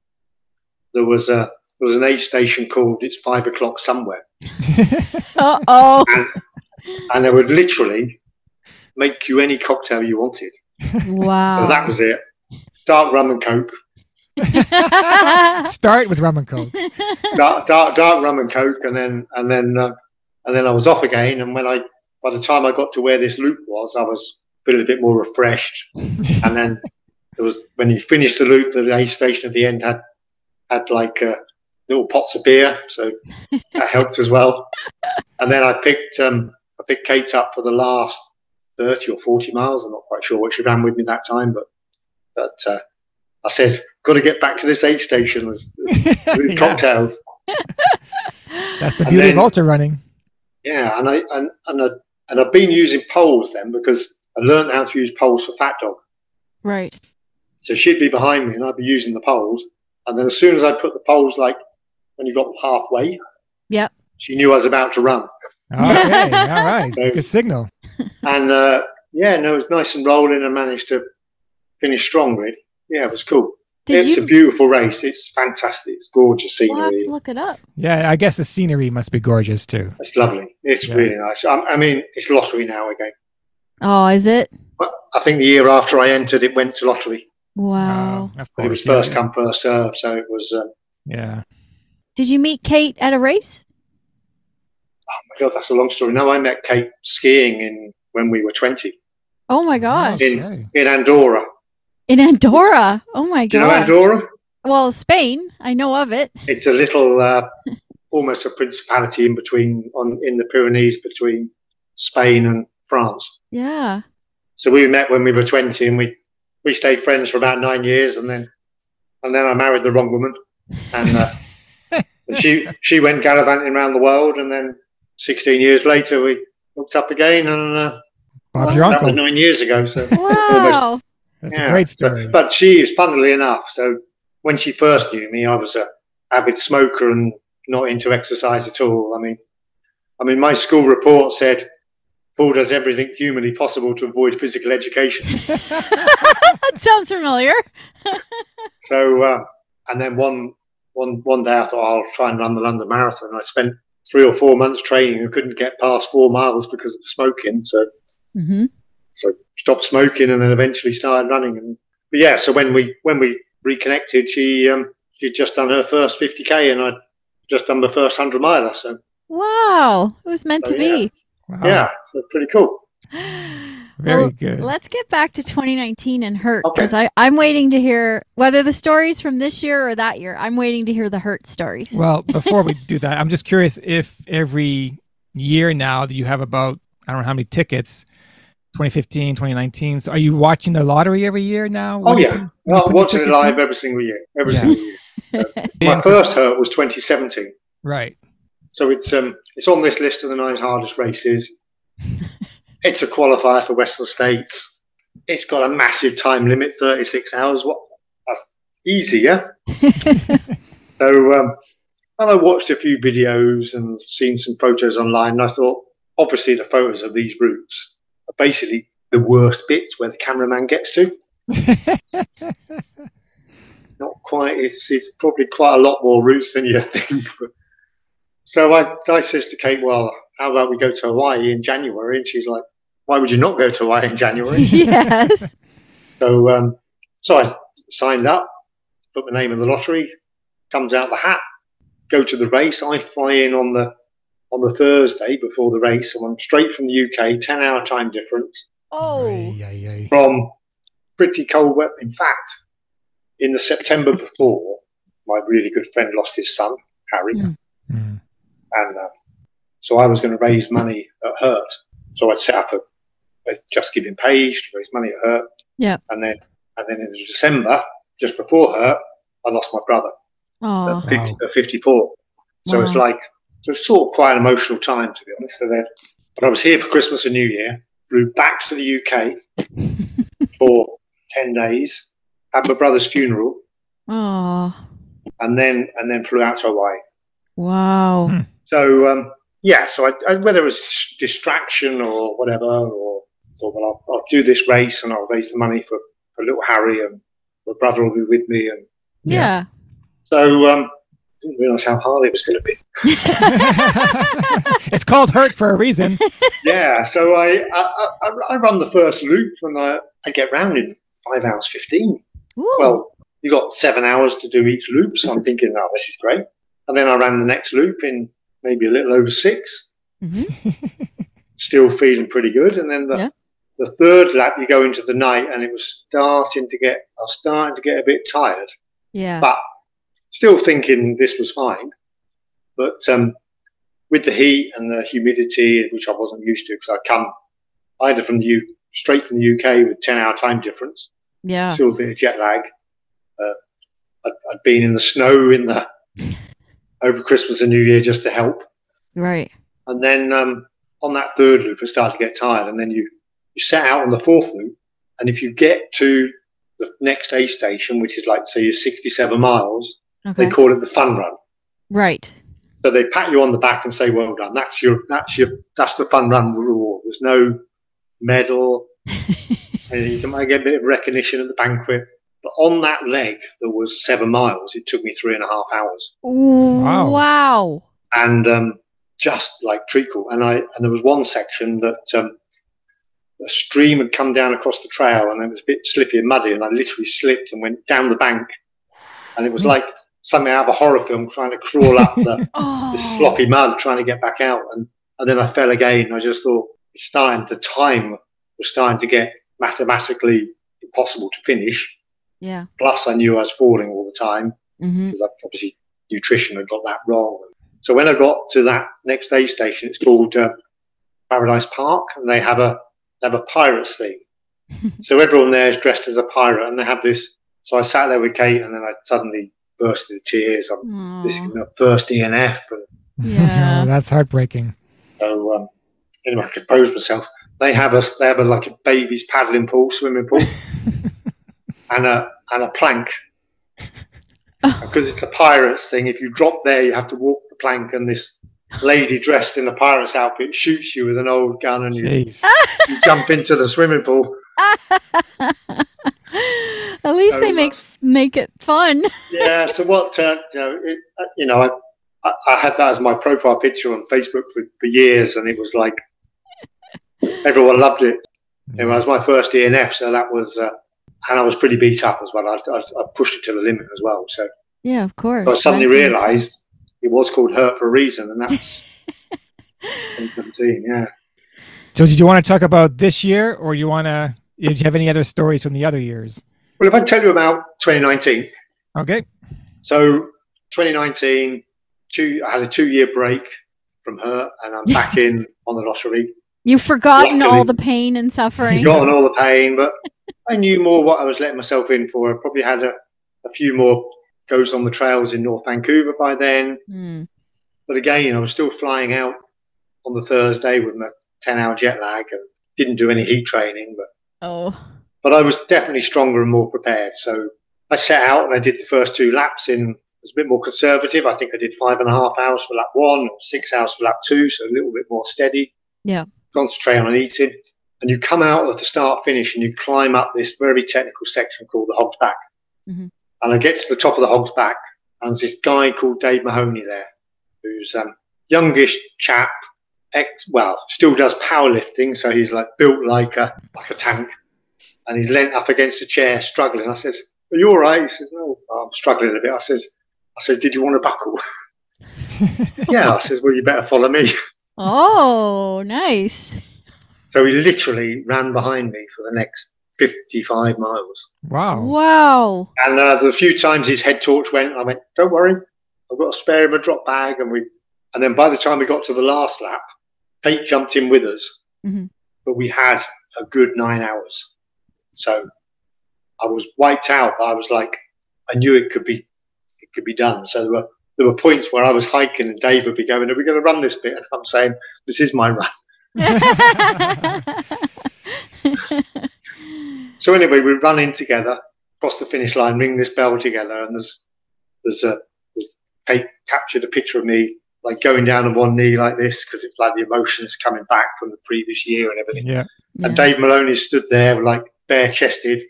Speaker 1: there was a there was an aid station called "It's Five O'clock Somewhere,"
Speaker 3: Uh oh.
Speaker 1: and they would literally make you any cocktail you wanted.
Speaker 3: Wow.
Speaker 1: So that was it. Dark rum and coke,
Speaker 2: Start with rum and coke.
Speaker 1: dark, dark, dark rum and coke, and then and then uh, and then I was off again. And when I by the time I got to where this loop was, I was feeling a bit more refreshed. and then there was when you finished the loop, the aid station at the end had had like uh, little pots of beer, so that helped as well. And then I picked um, I picked Kate up for the last thirty or forty miles. I'm not quite sure what she ran with me that time, but but uh, I said, "Got to get back to this aid station. There's there's
Speaker 2: Yeah.
Speaker 1: cocktails."
Speaker 2: That's the
Speaker 1: And
Speaker 2: beauty of
Speaker 1: then-
Speaker 2: ultra running.
Speaker 1: Yeah, and I and and I, and I've been using poles then because I learned how to use poles for Fat Dog.
Speaker 3: right.
Speaker 1: So she'd be behind me, and I'd be using the poles. And then as soon as I put the poles, like when you got halfway,
Speaker 3: Yep.
Speaker 1: she knew I was about to run.
Speaker 2: Okay. All right. Good signal.
Speaker 3: Hmm.
Speaker 1: And uh, yeah, no, it was nice and rolling, and managed to finish strong. Really, yeah, it was cool.
Speaker 3: Did
Speaker 1: it's a
Speaker 3: you
Speaker 1: beautiful race. It's fantastic. It's gorgeous
Speaker 3: we'll have
Speaker 1: scenery.
Speaker 3: to look it up?
Speaker 2: Yeah. I guess the scenery must be gorgeous too.
Speaker 1: It's lovely. It's
Speaker 2: Yeah.
Speaker 1: really nice. I, I mean, it's lottery now again.
Speaker 3: Oh, is it?
Speaker 1: But I think the year after I entered, it went to lottery.
Speaker 3: Wow.
Speaker 2: Uh, of
Speaker 1: But
Speaker 2: course.
Speaker 1: it was
Speaker 2: yeah,
Speaker 1: first
Speaker 2: yeah.
Speaker 1: come, first
Speaker 2: Oh
Speaker 1: serve. So it was. Um,
Speaker 2: Yeah.
Speaker 3: Did you meet Kate at a race?
Speaker 1: Oh my god, that's a long story. Now I met Kate skiing in when we were twenty
Speaker 3: Oh my gosh.
Speaker 2: Okay.
Speaker 1: in Andorra.
Speaker 3: In Andorra. Oh my
Speaker 1: Do you know
Speaker 3: god.
Speaker 1: Andorra?
Speaker 3: well, Spain. I know of it.
Speaker 1: It's a little, uh, almost a principality in between on in the Pyrenees between Spain and France.
Speaker 3: Yeah.
Speaker 1: So we met when we were twenty, and we we stayed friends for about nine years, and then and then I married the wrong woman, and uh, and she she went gallivanting around the world, and then sixteen years later we hooked up again, and uh,
Speaker 2: Bob, your
Speaker 1: that was
Speaker 2: uncle.
Speaker 1: nine years ago. So.
Speaker 3: Wow.
Speaker 2: That's
Speaker 1: Yeah,
Speaker 2: a great
Speaker 1: but-
Speaker 2: story.
Speaker 1: But she is, funnily enough, so when she first knew me, I was a avid smoker and not into exercise at all. I mean, I mean, my school report said Paul does everything humanly possible to avoid physical education.
Speaker 3: that sounds familiar.
Speaker 1: so, uh, and then one one one day, I thought I'll try and run the London Marathon. I spent three or four months training and couldn't get past four miles because of the smoking. So
Speaker 3: Mm-hmm.
Speaker 1: stopped smoking and then eventually started running. And but yeah, so when we when we reconnected, she um, she'd just done her first 50k and I'd just done the first hundred miler. So
Speaker 3: Wow. It was meant
Speaker 1: Oh,
Speaker 3: to be.
Speaker 2: Wow.
Speaker 1: yeah, so pretty cool.
Speaker 2: Very
Speaker 3: Well,
Speaker 2: good.
Speaker 3: Let's get back to 2019 and hurt
Speaker 1: Okay.
Speaker 3: because I I'm waiting to hear whether the stories from this year or that year. I'm waiting to hear the hurt stories.
Speaker 2: Well, before we do that, I'm just curious if every year now that you have about, I don't know how many tickets, 2015, 2019. So are you watching the lottery every year now?
Speaker 1: Oh
Speaker 2: When you
Speaker 1: yeah,
Speaker 2: put- when you
Speaker 1: well,
Speaker 2: put your
Speaker 1: watching it
Speaker 2: tickets
Speaker 1: live
Speaker 2: in?
Speaker 1: every single year. Every
Speaker 2: Yeah.
Speaker 1: single year. My first hurt was 2017.
Speaker 2: Right.
Speaker 1: So it's um it's on this list of the nine hardest races. it's a qualifier for Western States. It's got a massive time limit, 36 hours. What? That's easy, yeah. So, um, and I watched a few videos and seen some photos online, and I thought, obviously, the photos of these routes are basically the worst bits where the cameraman gets to. Not quite. It's, it's probably quite a lot more routes than you think. so I, I says to Kate, well, how about we go to Hawaii in January? And she's like, why would you not go to Hawaii in January?
Speaker 3: yes.
Speaker 1: So, um, so I signed up, put the name of the lottery, comes out the hat, go to the race. I fly in on the on the Thursday before the race, and I'm straight from the UK, ten hour time difference
Speaker 3: Oh.
Speaker 2: Ay, ay, ay.
Speaker 1: from pretty cold weather. In fact, in the September before, my really good friend lost his son Harry,
Speaker 3: Mm.
Speaker 2: Mm.
Speaker 1: and um, so I was going to raise money at Hurt. So I'd set up a, a just giving page to raise money at Hurt.
Speaker 3: Yep.
Speaker 1: And then and then in December, just before Hurt, I lost my brother
Speaker 3: Oh.
Speaker 1: at, 50,
Speaker 2: Wow.
Speaker 1: at 54. So it's
Speaker 3: Wow.
Speaker 1: like so it's sort of quite an emotional time to be honest. So then, but I was here for Christmas and New Year. Flew back to the UK for ten days. Had my brother's funeral,
Speaker 3: Oh.
Speaker 1: and then and then flew out to Hawaii.
Speaker 3: Wow.
Speaker 2: Hmm.
Speaker 1: So um, yeah, so I, I, whether it was distraction or whatever, or thought, well, I'll, I'll do this race and I'll raise the money for, for little Harry and my brother will be with me. And
Speaker 3: Yeah.
Speaker 1: so um, didn't realise how hard it was going to be.
Speaker 2: it's called hurt for a reason.
Speaker 1: yeah, so I I, I I run the first loop and I, I get round in five hours fifteen.
Speaker 3: Ooh.
Speaker 1: Well, you got seven hours to do each loop, so I'm thinking, oh, this is great. And then I ran the next loop in maybe a little over six.
Speaker 3: Mhm.
Speaker 1: still feeling pretty good. And then the,
Speaker 3: Yeah.
Speaker 1: the third lap, you go into the night, and it was starting to get, I was starting to get a bit tired,
Speaker 3: Yeah.
Speaker 1: but still thinking this was fine. But um, with the heat and the humidity, which I wasn't used to, because I'd come either from the U, straight from the UK with 10 hour time difference,
Speaker 3: Yeah.
Speaker 1: still a bit of jet lag. Uh, I'd, I'd been in the snow in the over Christmas and New Year just to help.
Speaker 3: Right.
Speaker 1: And then um, on that third loop, I started to get tired. And then you, you set out on the fourth loop. And if you get to the next aid station, which is like, say, you're 67 miles,
Speaker 3: Okay.
Speaker 1: they call it the fun run.
Speaker 3: Right.
Speaker 1: So they pat you on the back and say, well done. That's your, that's your, that's the fun run reward. There's no medal. and you can might get a bit of recognition at the banquet. But on that leg that was seven miles, it took me three and a half hours
Speaker 3: Ooh,
Speaker 2: Wow.
Speaker 3: Wow.
Speaker 1: and um, just like treacle. And I and there was one section that um, a stream had come down across the trail, and it was a bit slippy and muddy, and I literally slipped and went down the bank, and it was like something out of a horror film, trying to crawl up the,
Speaker 3: Oh.
Speaker 1: the sloppy mud, trying to get back out, and And then I fell again. I just thought it's starting. The time was starting to get mathematically impossible to finish.
Speaker 3: Yeah.
Speaker 1: Plus, I knew I was falling all the time
Speaker 3: Mm-hmm.
Speaker 1: because obviously nutrition had got that wrong. So when I got to that next aid station, it's called uh, Paradise Park, and they have a they have a pirates thing. so everyone there is dressed as a pirate, and they have this. So I sat there with Kate, and then I suddenly burst into tears. I'm this is my first ENF, and
Speaker 3: Yeah.
Speaker 2: Oh, that's heartbreaking.
Speaker 1: so um, anyway, I composed myself. They have a they have a, like a baby's paddling pool, swimming pool, and a and a plank. Because it's a pirates thing. If you drop there, you have to walk the plank, and this lady dressed in a pirate's outfit shoots you with an old gun, and you,
Speaker 2: Jeez.
Speaker 3: Ah!
Speaker 1: you jump into the swimming pool.
Speaker 3: At least they
Speaker 1: Very
Speaker 3: make make it fun.
Speaker 1: Yeah. So what turned you know it, uh, you know I, I I had that as my profile picture on Facebook for, for years, and it was like everyone loved it. Anyway, it was my first ENF, so that was, uh, and I was pretty beat up as well. I, I, I pushed it to the limit as well. So
Speaker 3: Yeah, of course.
Speaker 1: I suddenly
Speaker 3: Nineteen-
Speaker 1: realised it was called Hurt for a reason, and that's 2017, yeah.
Speaker 2: So, did you want to talk about this year, or you want to? Did you have any other stories from the other years?
Speaker 1: Well, if I tell you about 2019,
Speaker 2: Okay.
Speaker 1: so 2019, two, I had a two-year break from Hurt, and I'm back in on the lottery.
Speaker 3: You've forgotten
Speaker 1: Luckily-
Speaker 3: all the pain and suffering.
Speaker 1: Gotten all the pain, but I knew more what I was letting myself in for. I probably had a, a few more goes on the trails in North Vancouver by then.
Speaker 3: Mm.
Speaker 1: But again, I was still flying out on the Thursday with my 10 hour jet lag and didn't do any heat training. But,
Speaker 3: Oh.
Speaker 1: but I was definitely stronger and more prepared. So I set out and I did the first two laps in, it was a bit more conservative. I think I did five and a half hours for lap one or six hours for lap two. So a little bit more steady.
Speaker 3: Yeah.
Speaker 1: Concentrate on eating. And you come out of the start finish and you climb up this very technical section called the Hog's Back.
Speaker 3: Mhm.
Speaker 1: And I get to the top of the Hog's Back and there's this guy called Dave Mahoney there who's um, youngish chap. Ex- well, still does powerlifting, so he's like built like a like a tank, and he's leant up against a chair, struggling. I says, "Are you all right?" He says, "No, I'm struggling a bit." I says, "I says, did you want to buckle?" yeah, I says, "Well, you better follow me."
Speaker 3: Oh, nice.
Speaker 1: So he literally ran behind me for the next fifty-five miles,
Speaker 2: Wow.
Speaker 3: Wow.
Speaker 1: and uh, the few times his head torch went, I went, "Don't worry, I've got a spare in my drop bag," and we, and then by the time we got to the last lap, Kate jumped in with us.
Speaker 3: Mhm.
Speaker 1: but we had a good nine hours. So I was wiped out. but I was like, I knew it could be, it could be done. So there were there were points where I was hiking and Dave would be going, "Are we going to run this bit?" And I'm saying, "This is my run." So anyway, we're running together across the finish line, ring this bell together, and there's there's a there's, Kate captured a picture of me like going down on one knee like this because it's like the emotions coming back from the previous year and everything.
Speaker 2: Yeah.
Speaker 3: Yeah.
Speaker 1: And Dave Maloney stood there, like bare chested.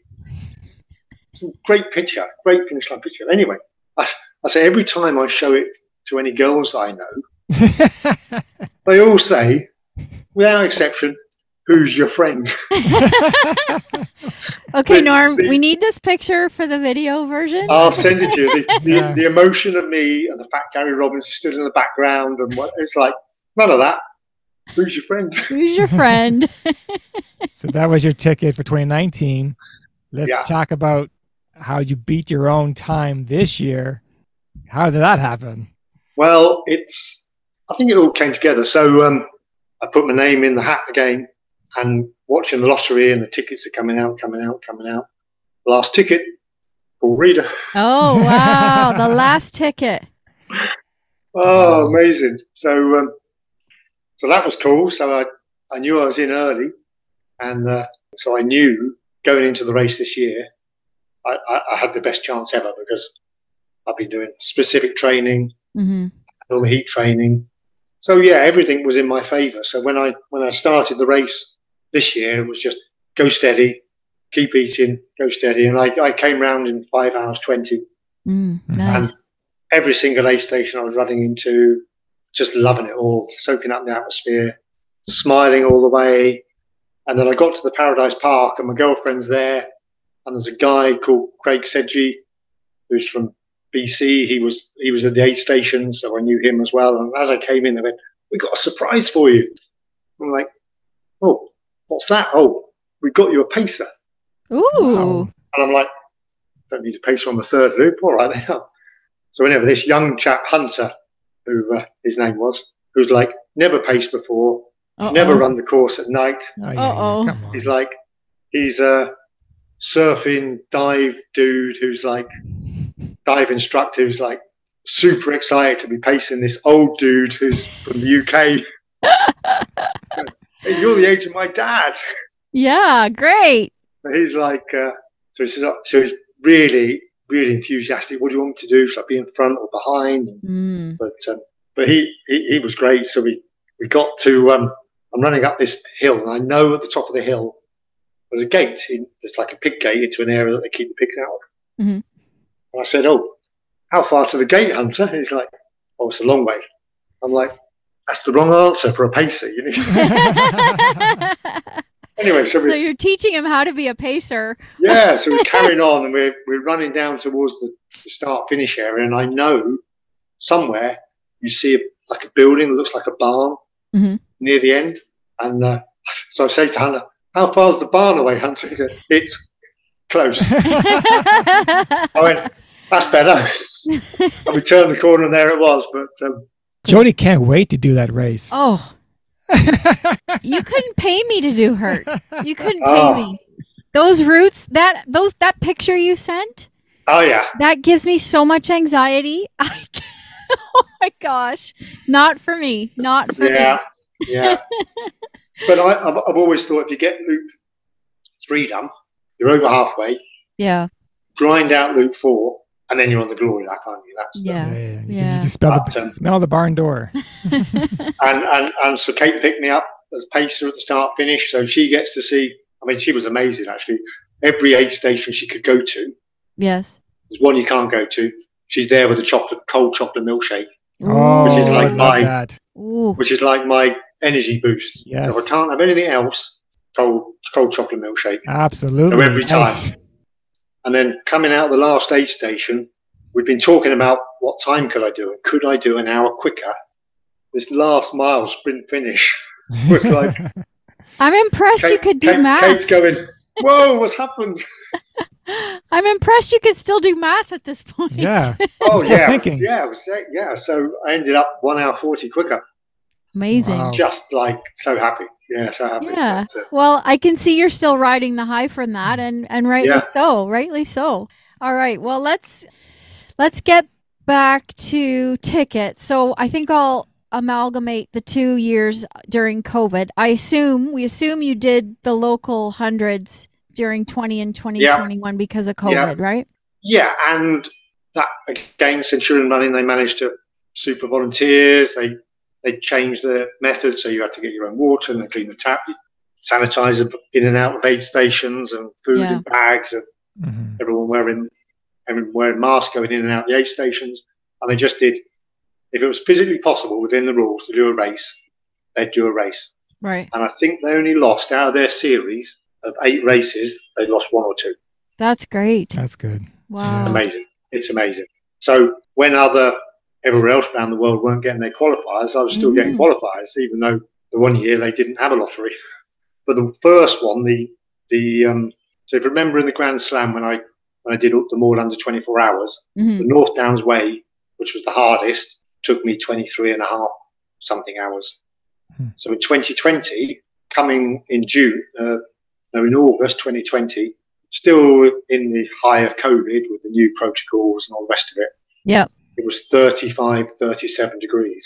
Speaker 1: Great picture, great finish line picture. Anyway, I, I say every time I show it to any girls I know, they all say, without exception, who's your friend?
Speaker 3: Okay,
Speaker 1: Wait, Uh.
Speaker 3: Norm,
Speaker 1: the-
Speaker 3: we need this picture for the video version.
Speaker 1: I'll send it to you. The, the,
Speaker 2: Yeah.
Speaker 1: the emotion of me and the fact Gary Robbins is stood in the background and what, it's like, none of that. Who's your friend?
Speaker 3: Who's your friend?
Speaker 2: so that was your ticket for 2019. Let's
Speaker 1: Yeah.
Speaker 2: talk about how you beat your own time this year. How did that happen?
Speaker 1: Well, it's. I think it all came together. So um, I put my name in the hat again, and watching the lottery and the tickets are coming out, coming out, coming out. Last ticket, Paul Reader.
Speaker 3: Oh, wow. The last ticket.
Speaker 1: Oh, amazing! So um, so that was cool. So I I knew I was in early, and uh, so I knew going into the race this year, I, I, I had the best chance ever because I've been doing specific training,
Speaker 3: hmm
Speaker 1: all the heat training. So yeah, everything was in my favour. So when I when I started the race this year, it was just go steady, keep eating, go steady, and I, I came round in five hours twenty.
Speaker 3: Mm,
Speaker 2: Mhm.
Speaker 3: nice.
Speaker 1: Every single aid station I was running into, just loving it all, soaking up the atmosphere, smiling all the way. And then I got to the Paradise Park, and my girlfriend's there, and there's a guy called Craig Sedgy, who's from BC. He was he was at the aid station, so I knew him as well. And as I came in, they went, we got a surprise for you. I'm like, oh, what's that? Oh, we got you a pacer.
Speaker 2: Oh,
Speaker 3: Ooh.
Speaker 1: And I'm like, don't need a pacer on the third loop. All right. then." so anyway, this young chap, Hunter, who uh, his name was, who's like, never paced before, never run the course at night.
Speaker 2: Oh,
Speaker 3: Uh-oh.
Speaker 2: Come on.
Speaker 1: He's like, he's a surfing dive dude who's like, dive instructor who's like super excited to be pacing this old dude who's from the UK. hey, you're the age of my dad.
Speaker 3: Yeah, great.
Speaker 1: And he's like, uh, so he's so he's really, really enthusiastic. What do you want me to do? Should I be in front or behind?
Speaker 3: Mm.
Speaker 1: but um, but he, he he was great. So we we got to um, I'm running up this hill, and I know at the top of the hill there's a gate. In, there's like a pig gate into an area that they keep the pigs out of.
Speaker 3: Mhm.
Speaker 1: And I said, "Oh, how far to the gate, Hunter?" And he's like, "Oh, it's a long way." I'm like, "That's the wrong answer for a pacer." You need anyway, so
Speaker 3: so
Speaker 1: we
Speaker 3: you're teaching him how to be a pacer.
Speaker 1: yeah, so we're carrying on and we're, we're running down towards the, the start finish area. And I know somewhere you see a, like a building that looks like a barn
Speaker 3: Mhm.
Speaker 1: near the end. And uh, so I say to Hannah, How far's the barn away, Hunter? He goes, It's close. I went, That's better. and we turned the corner and there it was. But um,
Speaker 2: Jody can't wait to do that race.
Speaker 3: oh, you couldn't pay me to do hurt. You couldn't pay
Speaker 1: Oh.
Speaker 3: me. Those roots, that those that picture you sent,
Speaker 1: oh, yeah.
Speaker 3: that gives me so much anxiety. I can't- oh my gosh, not for me, not for
Speaker 1: Yeah. Yeah. but I, I've, I've always thought if you get loop three done, you're over halfway.
Speaker 3: me. Yeah,
Speaker 1: grind out loop four, and then you're on the glory lap, aren't you? That's
Speaker 2: Yeah, yeah,
Speaker 3: yeah,
Speaker 2: yeah. You can- You
Speaker 3: Yeah.
Speaker 2: can smell
Speaker 1: But,
Speaker 2: the,
Speaker 1: um,
Speaker 2: smell the barn door.
Speaker 1: the, and, and and so Kate picked me up as pacer at the start finish, so she gets to see. I mean, she was amazing actually. Every aid station she could go to,
Speaker 3: yes.
Speaker 1: there's one you can't go to. She's there with a chocolate, cold chocolate milkshake,
Speaker 2: Oh,
Speaker 1: Which is
Speaker 2: I
Speaker 1: like
Speaker 2: love
Speaker 1: my-
Speaker 2: that.
Speaker 3: Ooh.
Speaker 1: which is like my energy boost.
Speaker 2: Yes.
Speaker 1: So I can't have anything else. Cold, cold chocolate milkshake.
Speaker 2: Absolutely.
Speaker 1: So every
Speaker 2: Yes.
Speaker 1: And then coming out of the last aid station, we'd been talking about what time could I do and could I do an hour quicker. This last mile sprint finish was like
Speaker 3: I'm impressed you
Speaker 1: Kate-
Speaker 3: could do
Speaker 1: Kate-
Speaker 3: math.
Speaker 1: Kate's going, whoa, what's happened?
Speaker 3: I'm impressed you could still do math at this point.
Speaker 2: Yeah.
Speaker 1: Oh,
Speaker 2: still
Speaker 1: yeah.
Speaker 2: thinking.
Speaker 1: Yeah, I was there, yeah. So I ended up one hour 40 quicker.
Speaker 3: Amazing.
Speaker 2: Wow.
Speaker 1: Just like so happy. Yeah, so happy.
Speaker 3: Oh. Yeah.
Speaker 1: But, uh,
Speaker 3: Well, I can see you're still riding the high from that and and rightly
Speaker 1: Yeah.
Speaker 3: so, rightly so. All right. Well, let's let's get back to tickets. So, I think I'll amalgamate the two years during COVID. I assume we assume you did the local hundreds during 20 and 2021 because of
Speaker 1: Yeah.
Speaker 3: COVID, right?
Speaker 1: yeah, and that again, Centurion Running, they managed to super volunteers. They they changed the method, so you had to get your own water and then clean the tap, you sanitize it in and out of aid stations and food
Speaker 3: Yeah.
Speaker 1: in bags and
Speaker 3: Mm-hmm.
Speaker 2: Mhm.
Speaker 1: everyone wearing everyone wearing masks going in and out the aid stations. And they just did, if it was physically possible within the rules to do a race, they'd do a race.
Speaker 3: Right.
Speaker 1: And I think they only lost out of their series of eight races, they lost one or two.
Speaker 3: That's great.
Speaker 2: That's good.
Speaker 3: Wow.
Speaker 1: Amazing. It's amazing. So when other everywhere else around the world weren't getting their qualifiers, I was still getting
Speaker 3: Mhm.
Speaker 1: qualifiers, even though the one year they didn't have a lottery. But the first one, the the um, so if you remember in the Grand Slam when I when I did up the Moor under 24 hours,
Speaker 3: Mhm.
Speaker 1: the North Downs Way, which was the hardest, took me 23 and a half something hours.
Speaker 2: Hmm.
Speaker 1: So in 2020, coming in June, uh, no, in August 2020, still in the high of COVID with the new protocols and all the rest of it,
Speaker 3: Yep.
Speaker 1: it was 35, 37 degrees.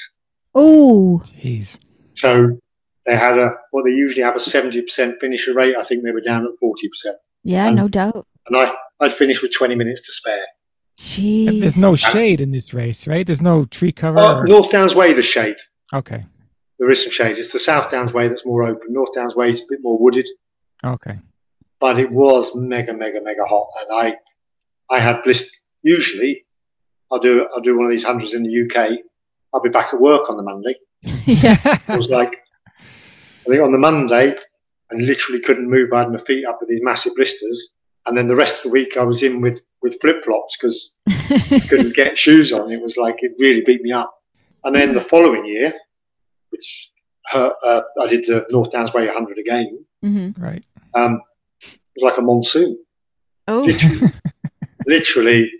Speaker 3: Oh.
Speaker 2: Jeez.
Speaker 1: So they had a, well, they usually have a 70% finisher rate. I think they were down at 40%.
Speaker 3: Yeah,
Speaker 1: And-
Speaker 3: no doubt.
Speaker 1: And I, I finished with 20 minutes to spare.
Speaker 3: Jeez.
Speaker 2: And There's no shade in this race, right? There's no tree cover.
Speaker 1: Oh,
Speaker 2: or-
Speaker 1: North Downs Way, the shade.
Speaker 2: Okay.
Speaker 1: There is some shade. It's the South Downs Way that's more open. North Downs Way is a bit more wooded,
Speaker 2: Okay.
Speaker 1: but it was mega, mega, mega hot. And I, I had bliss. Usually, I'll do I'll do one of these hundreds in the UK. I'll be back at work on the Monday.
Speaker 3: yeah.
Speaker 1: It was like I think on the Monday, I literally couldn't move. I had my feet up with these massive blisters, and then the rest of the week I was in with with flip flops because couldn't get shoes on. It was like it really beat me up. And then the following year, we which hurt, uh, I did the North Downs Way 100 again.
Speaker 3: Mm-hmm.
Speaker 2: Right.
Speaker 1: Um, it was like a monsoon.
Speaker 3: Oh,
Speaker 1: Literally, literally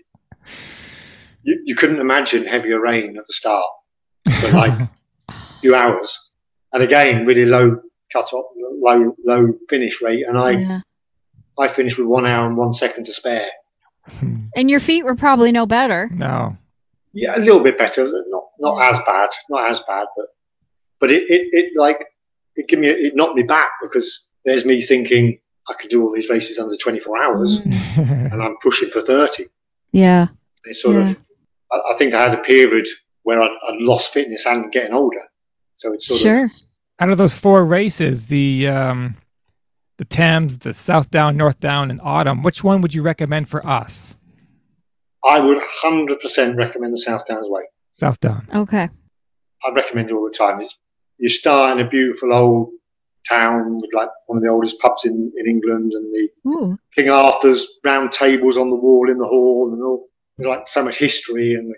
Speaker 1: you, you couldn't imagine heavier rain at the start for like a few hours. And again, really low cut off, low, low finish rate. And I,
Speaker 3: yeah.
Speaker 1: I finished with one hour and one second to spare.
Speaker 3: And your feet were probably no better.
Speaker 2: no.
Speaker 1: yeah, a little bit better. Not not
Speaker 3: Mm.
Speaker 1: as bad, not as bad, but but it it, it like it gave me it knocked me back because there's me thinking I could do all these races under 24 hours,
Speaker 3: Mm.
Speaker 1: and I'm pushing for 30.
Speaker 3: Yeah.
Speaker 1: It sort of I, I think I had a period where I, I lost fitness and getting older, so it's sort
Speaker 3: Sure.
Speaker 1: of
Speaker 2: Out of those four races, the um, the Thames, the South Down, North Down, and Autumn, which one would you recommend for us?
Speaker 1: I would 100% recommend the South Downs Way.
Speaker 2: South Down.
Speaker 3: Okay.
Speaker 1: I recommend it all the time. It's, you start in a beautiful old town with like one of the oldest pubs in, in England and the
Speaker 3: Ooh.
Speaker 1: King Arthur's round tables on the wall in the hall, and all there's like so much history and the,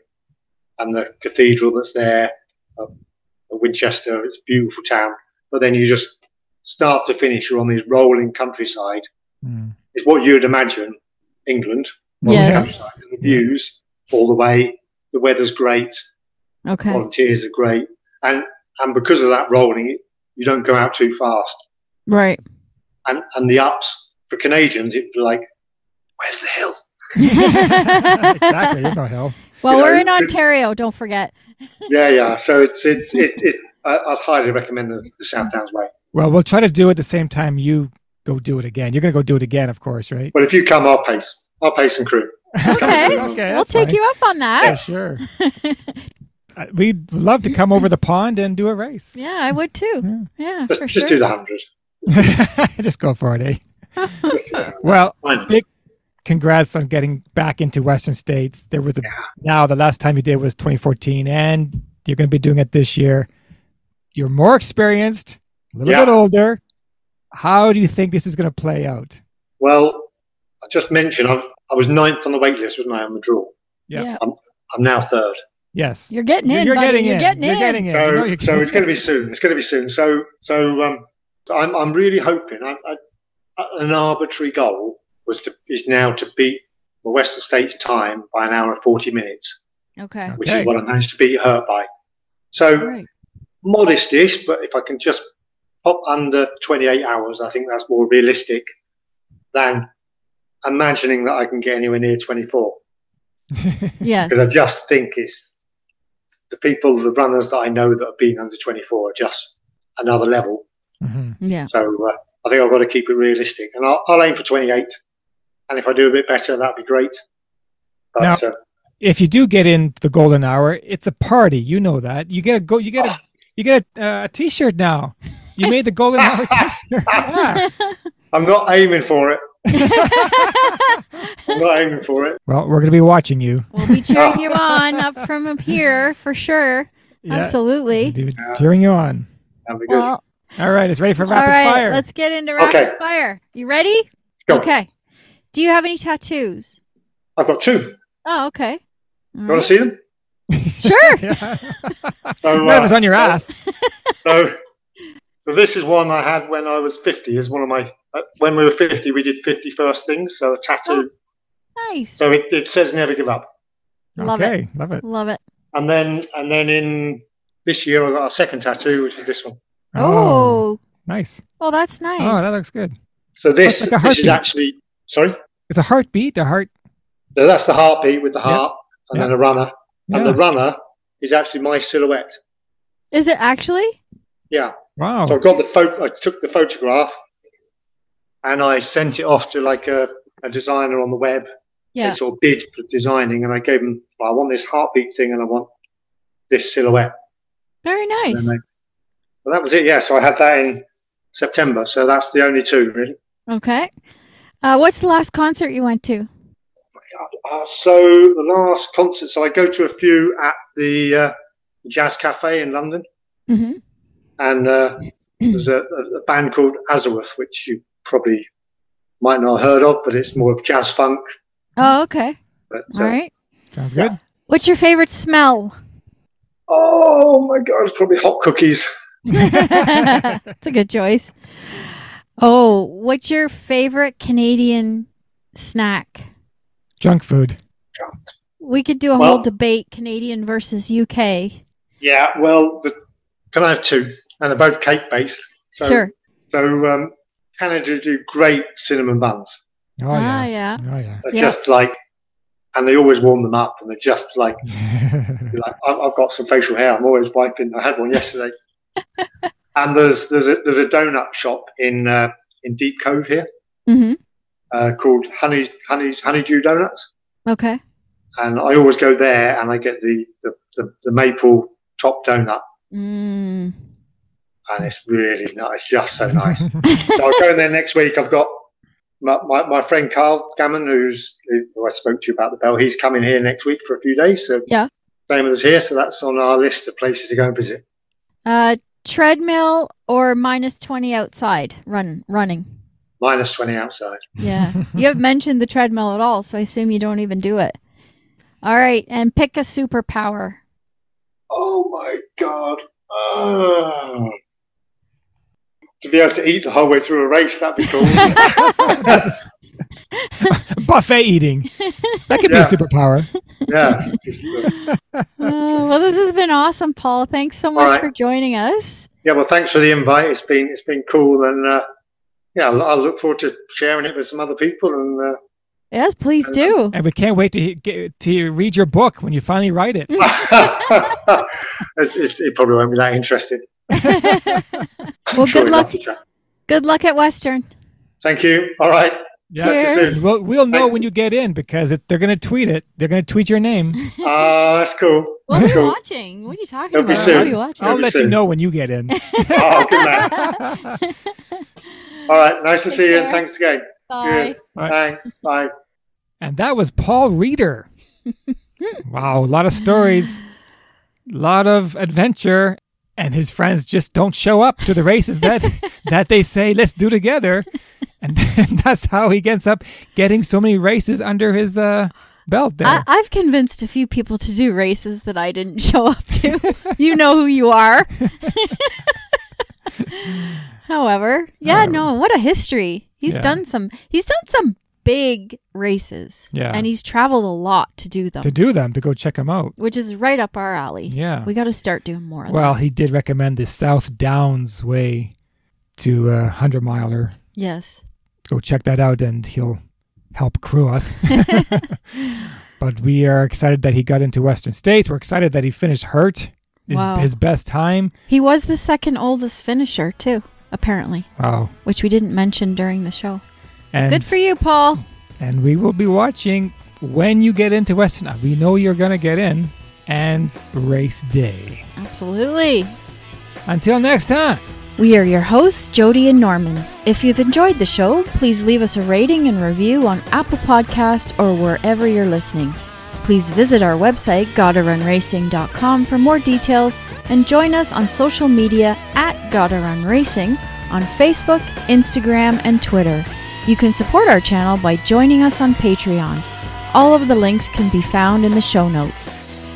Speaker 1: and the cathedral that's there, um, at Winchester. It's a beautiful town, but then you just start to finish. You're on this rolling countryside.
Speaker 2: Hmm.
Speaker 1: It's what you'd imagine England.
Speaker 3: Yes.
Speaker 1: countryside, The views all the way. The weather's great.
Speaker 3: Okay.
Speaker 1: Volunteers are great, and and because of that rolling, you don't go out too fast.
Speaker 3: Right.
Speaker 1: And and the ups for Canadians, it'd be like, where's the hill?
Speaker 2: yeah. exactly. There's no hell.
Speaker 3: Well,
Speaker 1: You
Speaker 3: we're
Speaker 1: know,
Speaker 3: in
Speaker 1: it-
Speaker 3: Ontario. Don't forget.
Speaker 1: Yeah, yeah. So it's it's it's. it's I, I'd highly recommend the, the South Downs Way.
Speaker 2: Well, we'll try to do it the same time you go do it again. You're going to go do it again, of course, right?
Speaker 1: But if you come, I'll pace. I'll pace and crew.
Speaker 3: Okay. we'll
Speaker 2: that's
Speaker 3: take
Speaker 2: fine.
Speaker 3: you up on
Speaker 2: Yeah,
Speaker 3: that.
Speaker 2: sure. Uh, We'd love to come over the pond and do a race.
Speaker 3: Yeah, I would too. Yeah,
Speaker 1: Just,
Speaker 3: for
Speaker 1: just do
Speaker 3: sure.
Speaker 1: the hundred.
Speaker 2: Just go for it, eh?
Speaker 1: Just do the 100.
Speaker 2: Well,
Speaker 1: Fine.
Speaker 2: congrats on getting back into Western States. There was a now the last time you did was 2014, and you're going to be doing it this year. You're more experienced, a little
Speaker 1: Yeah.
Speaker 2: bit older. How do you think this is going to play out?
Speaker 1: Well, I just mentioned I was, I was ninth on the wait list, wasn't I, on the draw?
Speaker 2: Yeah.
Speaker 3: Yeah.
Speaker 1: I'm now third.
Speaker 2: Yes,
Speaker 3: You're getting in.
Speaker 2: You're
Speaker 3: buddy.
Speaker 2: getting
Speaker 3: You're
Speaker 2: in.
Speaker 3: getting
Speaker 2: You're
Speaker 3: in.
Speaker 2: getting in. You know
Speaker 1: so
Speaker 2: you're
Speaker 1: so it's
Speaker 2: getting
Speaker 1: going to be soon. It's going to be soon. So so um, I'm I'm really hoping. I, I, an arbitrary goal was to is now to beat the Western States time by an hour and forty minutes,
Speaker 3: Okay.
Speaker 1: which
Speaker 2: Okay.
Speaker 1: is what I managed to beat her by. So.
Speaker 3: All right.
Speaker 1: modest-ish, but if I can just pop under 28 hours, I think that's more realistic than imagining that I can get anywhere near 24.
Speaker 3: Yes.
Speaker 1: Because I just think it's the people, the runners that I know that have been under 24 are just another level.
Speaker 2: Mhm.
Speaker 3: Yeah.
Speaker 1: So uh, I think I've got to keep it realistic, and I'll, I'll aim for 28. And if I do a bit better, that'd be great. But
Speaker 2: Now-
Speaker 1: uh,
Speaker 2: If you do get in the golden hour, it's a party. You know that. You get a go. You get a you get a, uh, a t-shirt now. You made the golden hour t-shirt. Yeah.
Speaker 1: I'm not aiming for it. I'm not aiming for it.
Speaker 2: Well, we're going to be watching you.
Speaker 3: we'll be cheering you on up from up here for sure. Absolutely.
Speaker 2: Dude, Cheering you on.
Speaker 1: That'd be good.
Speaker 3: Well,
Speaker 2: All right, it's ready for
Speaker 3: all
Speaker 2: rapid
Speaker 3: right.
Speaker 2: fire.
Speaker 3: Let's get into rapid
Speaker 1: Okay.
Speaker 3: fire. You ready?
Speaker 1: Go on.
Speaker 3: Okay. Do you have any tattoos?
Speaker 1: I've got two. You
Speaker 3: Oh, okay. All
Speaker 1: want
Speaker 3: right.
Speaker 1: to see them?
Speaker 3: Sure.
Speaker 2: Yeah.
Speaker 1: So,
Speaker 2: None of
Speaker 1: uh,
Speaker 2: us on your
Speaker 1: so-
Speaker 2: ass.
Speaker 1: So, so this is one I had when I was 50. Is one of my uh, when we were 50, we did 50 first things. So a tattoo.
Speaker 3: Nice.
Speaker 1: So it, it says never give up.
Speaker 3: Love it.
Speaker 2: okay, love it.
Speaker 3: Love it.
Speaker 1: And then and then in this year I got a second tattoo, which is this one.
Speaker 3: Oh,
Speaker 2: nice.
Speaker 3: well, that's nice.
Speaker 2: Oh, that looks good.
Speaker 1: So this
Speaker 2: like
Speaker 1: this
Speaker 2: a
Speaker 1: is
Speaker 2: heartbeat.
Speaker 1: actually sorry.
Speaker 2: It's a heartbeat, a heart.
Speaker 1: So that's the heartbeat with the
Speaker 2: Yeah.
Speaker 1: heart, and then a runner, and
Speaker 2: Yeah.
Speaker 1: the runner is actually my silhouette.
Speaker 3: Is it actually?
Speaker 1: Yeah.
Speaker 3: Oh.
Speaker 2: Wow.
Speaker 1: So I got the photo. I took the photograph, and I sent it off to like a, a designer on the web.
Speaker 3: Yeah.
Speaker 1: they sort of bid for designing, and I gave them, well, I want this heartbeat thing, and I want this silhouette.
Speaker 3: Very
Speaker 1: And
Speaker 3: nice.
Speaker 1: then they, well, that was it. Yeah, so I had that in September. So that's the only two, really.
Speaker 3: Okay. Uh, what's the last concert you went to?
Speaker 1: Uh, so the last concert, so I go to a few at the uh, Jazz Cafe in London,
Speaker 3: Mm-hmm.
Speaker 1: and uh, there's a, a a band called Azaweth, which you probably might not have heard of, but it's more of jazz funk.
Speaker 3: Oh, okay.
Speaker 1: But,
Speaker 3: All
Speaker 1: uh,
Speaker 3: right.
Speaker 2: Sounds good.
Speaker 3: What's your favorite smell?
Speaker 1: Oh my God, it's probably hot cookies.
Speaker 3: it's a good choice. Oh, what's your favorite Canadian snack?
Speaker 2: Junk food.
Speaker 3: We could do a
Speaker 1: Well-
Speaker 3: whole debate Canadian versus UK.
Speaker 1: Yeah, well, the, can I have two? And they're both cake based. So,
Speaker 3: sure.
Speaker 1: So um, Canada do great cinnamon buns.
Speaker 2: Oh
Speaker 3: ah,
Speaker 2: yeah.
Speaker 3: yeah.
Speaker 2: Oh yeah.
Speaker 1: They're
Speaker 3: Yeah.
Speaker 1: just like, and they always warm them up, and they're just like,
Speaker 2: Oh, yeah.
Speaker 1: like I've, I've got some facial hair. I'm always wiping. I had one yesterday. and there's there's a there's a donut shop in uh, in Deep Cove here
Speaker 3: hmm
Speaker 1: uh, called Honey's Honey's Honeydew Donuts.
Speaker 3: Okay.
Speaker 1: and I always go there and I get the the, the, the maple top donut
Speaker 3: Mm.
Speaker 1: and it's really nice, it's just so nice. so I'll go in there next week. I've got my, my, my friend Carl Gammon, who's who I spoke to you about the bell. He's coming here next week for a few days. So
Speaker 3: Yeah.
Speaker 1: same as here. So that's on our list of places to go and visit.
Speaker 3: Uh, treadmill or minus 20 outside run running.
Speaker 1: Minus twenty outside.
Speaker 3: Yeah. you haven't mentioned the treadmill at all, so I assume you don't even do it. All right, and pick a superpower.
Speaker 1: Oh my god. Oh. To be able to eat the whole way through a race, that'd be cool.
Speaker 2: That's a- buffet eating. That could
Speaker 1: Yeah.
Speaker 2: be a superpower.
Speaker 1: yeah. Just, uh,
Speaker 3: Uh, well, this has been awesome, Paul. Thanks so much
Speaker 1: right.
Speaker 3: for joining us.
Speaker 1: Yeah, well, thanks for the invite. It's been it's been cool, and uh, yeah, I'll, I'll look forward to sharing it with some other people. And uh,
Speaker 3: Yes, please do.
Speaker 2: And we can't wait to he- get, to read your book when you finally write it.
Speaker 1: uh, it's, it's, it probably won't be that interesting.
Speaker 3: Well,
Speaker 1: Sure
Speaker 3: good
Speaker 1: we'd love
Speaker 3: luck.
Speaker 1: to chat.
Speaker 3: Good luck at Western.
Speaker 1: Thank you. All right.
Speaker 2: Yeah.
Speaker 1: you
Speaker 3: Cheers.
Speaker 1: soon.
Speaker 2: We'll, we'll know
Speaker 1: Thank-
Speaker 2: when you get in because it, they're going to tweet it. They're going to tweet your name.
Speaker 1: Ah, that's cool.
Speaker 3: What
Speaker 1: That's
Speaker 3: are you
Speaker 1: cool.
Speaker 3: watching? What are you talking
Speaker 1: It'll be
Speaker 3: about?
Speaker 1: soon.
Speaker 3: What are you watching?
Speaker 2: I'll
Speaker 1: Maybe
Speaker 2: let you
Speaker 1: soon.
Speaker 2: know when you get in.
Speaker 1: Oh, good man. All right. Nice to
Speaker 3: Take
Speaker 1: see you, and
Speaker 3: care.
Speaker 1: thanks again.
Speaker 3: Bye.
Speaker 1: Cheers.
Speaker 2: Bye.
Speaker 1: Thanks. Bye.
Speaker 2: And that was Paul Reeder. wow, a lot of stories, a lot of adventure, and his friends just don't show up to the races that that they say let's do together, and, that's how he ends up getting so many races under his uh, belt. There,
Speaker 3: I, I've convinced a few people to do races that I didn't show up to. you know who you are. However, yeah, no, what a history. He's
Speaker 2: Um, Yeah.
Speaker 3: done some. He's done some big races.
Speaker 2: Yeah.
Speaker 3: and he's traveled a lot to do them,
Speaker 2: to do them to go check him out.
Speaker 3: which is right up our alley.
Speaker 2: Yeah.
Speaker 3: we got to start doing more. Of
Speaker 2: Well,
Speaker 3: that.
Speaker 2: he did recommend the South Downs way to a hundred miler.
Speaker 3: yes,
Speaker 2: go check that out and he'll help crew us. but we are excited that he got into Western States. We're excited that he finished hurt his,
Speaker 3: Wow.
Speaker 2: his best time.
Speaker 3: he was the second oldest finisher too, apparently,
Speaker 2: Wow.
Speaker 3: which we didn't mention during the show.
Speaker 2: And,
Speaker 3: Good for you, Paul.
Speaker 2: and we will be watching when you get into Western. We know you're going to get in and race day.
Speaker 3: Absolutely.
Speaker 2: Until next time.
Speaker 3: We are your hosts, Jody and Norman. If you've enjoyed the show, please leave us a rating and review on Apple Podcast or wherever you're listening. Please visit our website, gottarunracing.com for more details and join us on social media at gottarunracing on Facebook, Instagram, and Twitter. You can support our channel by joining us on Patreon. All of the links can be found in the show notes.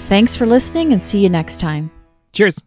Speaker 3: Thanks for listening and see you next time.
Speaker 2: Cheers.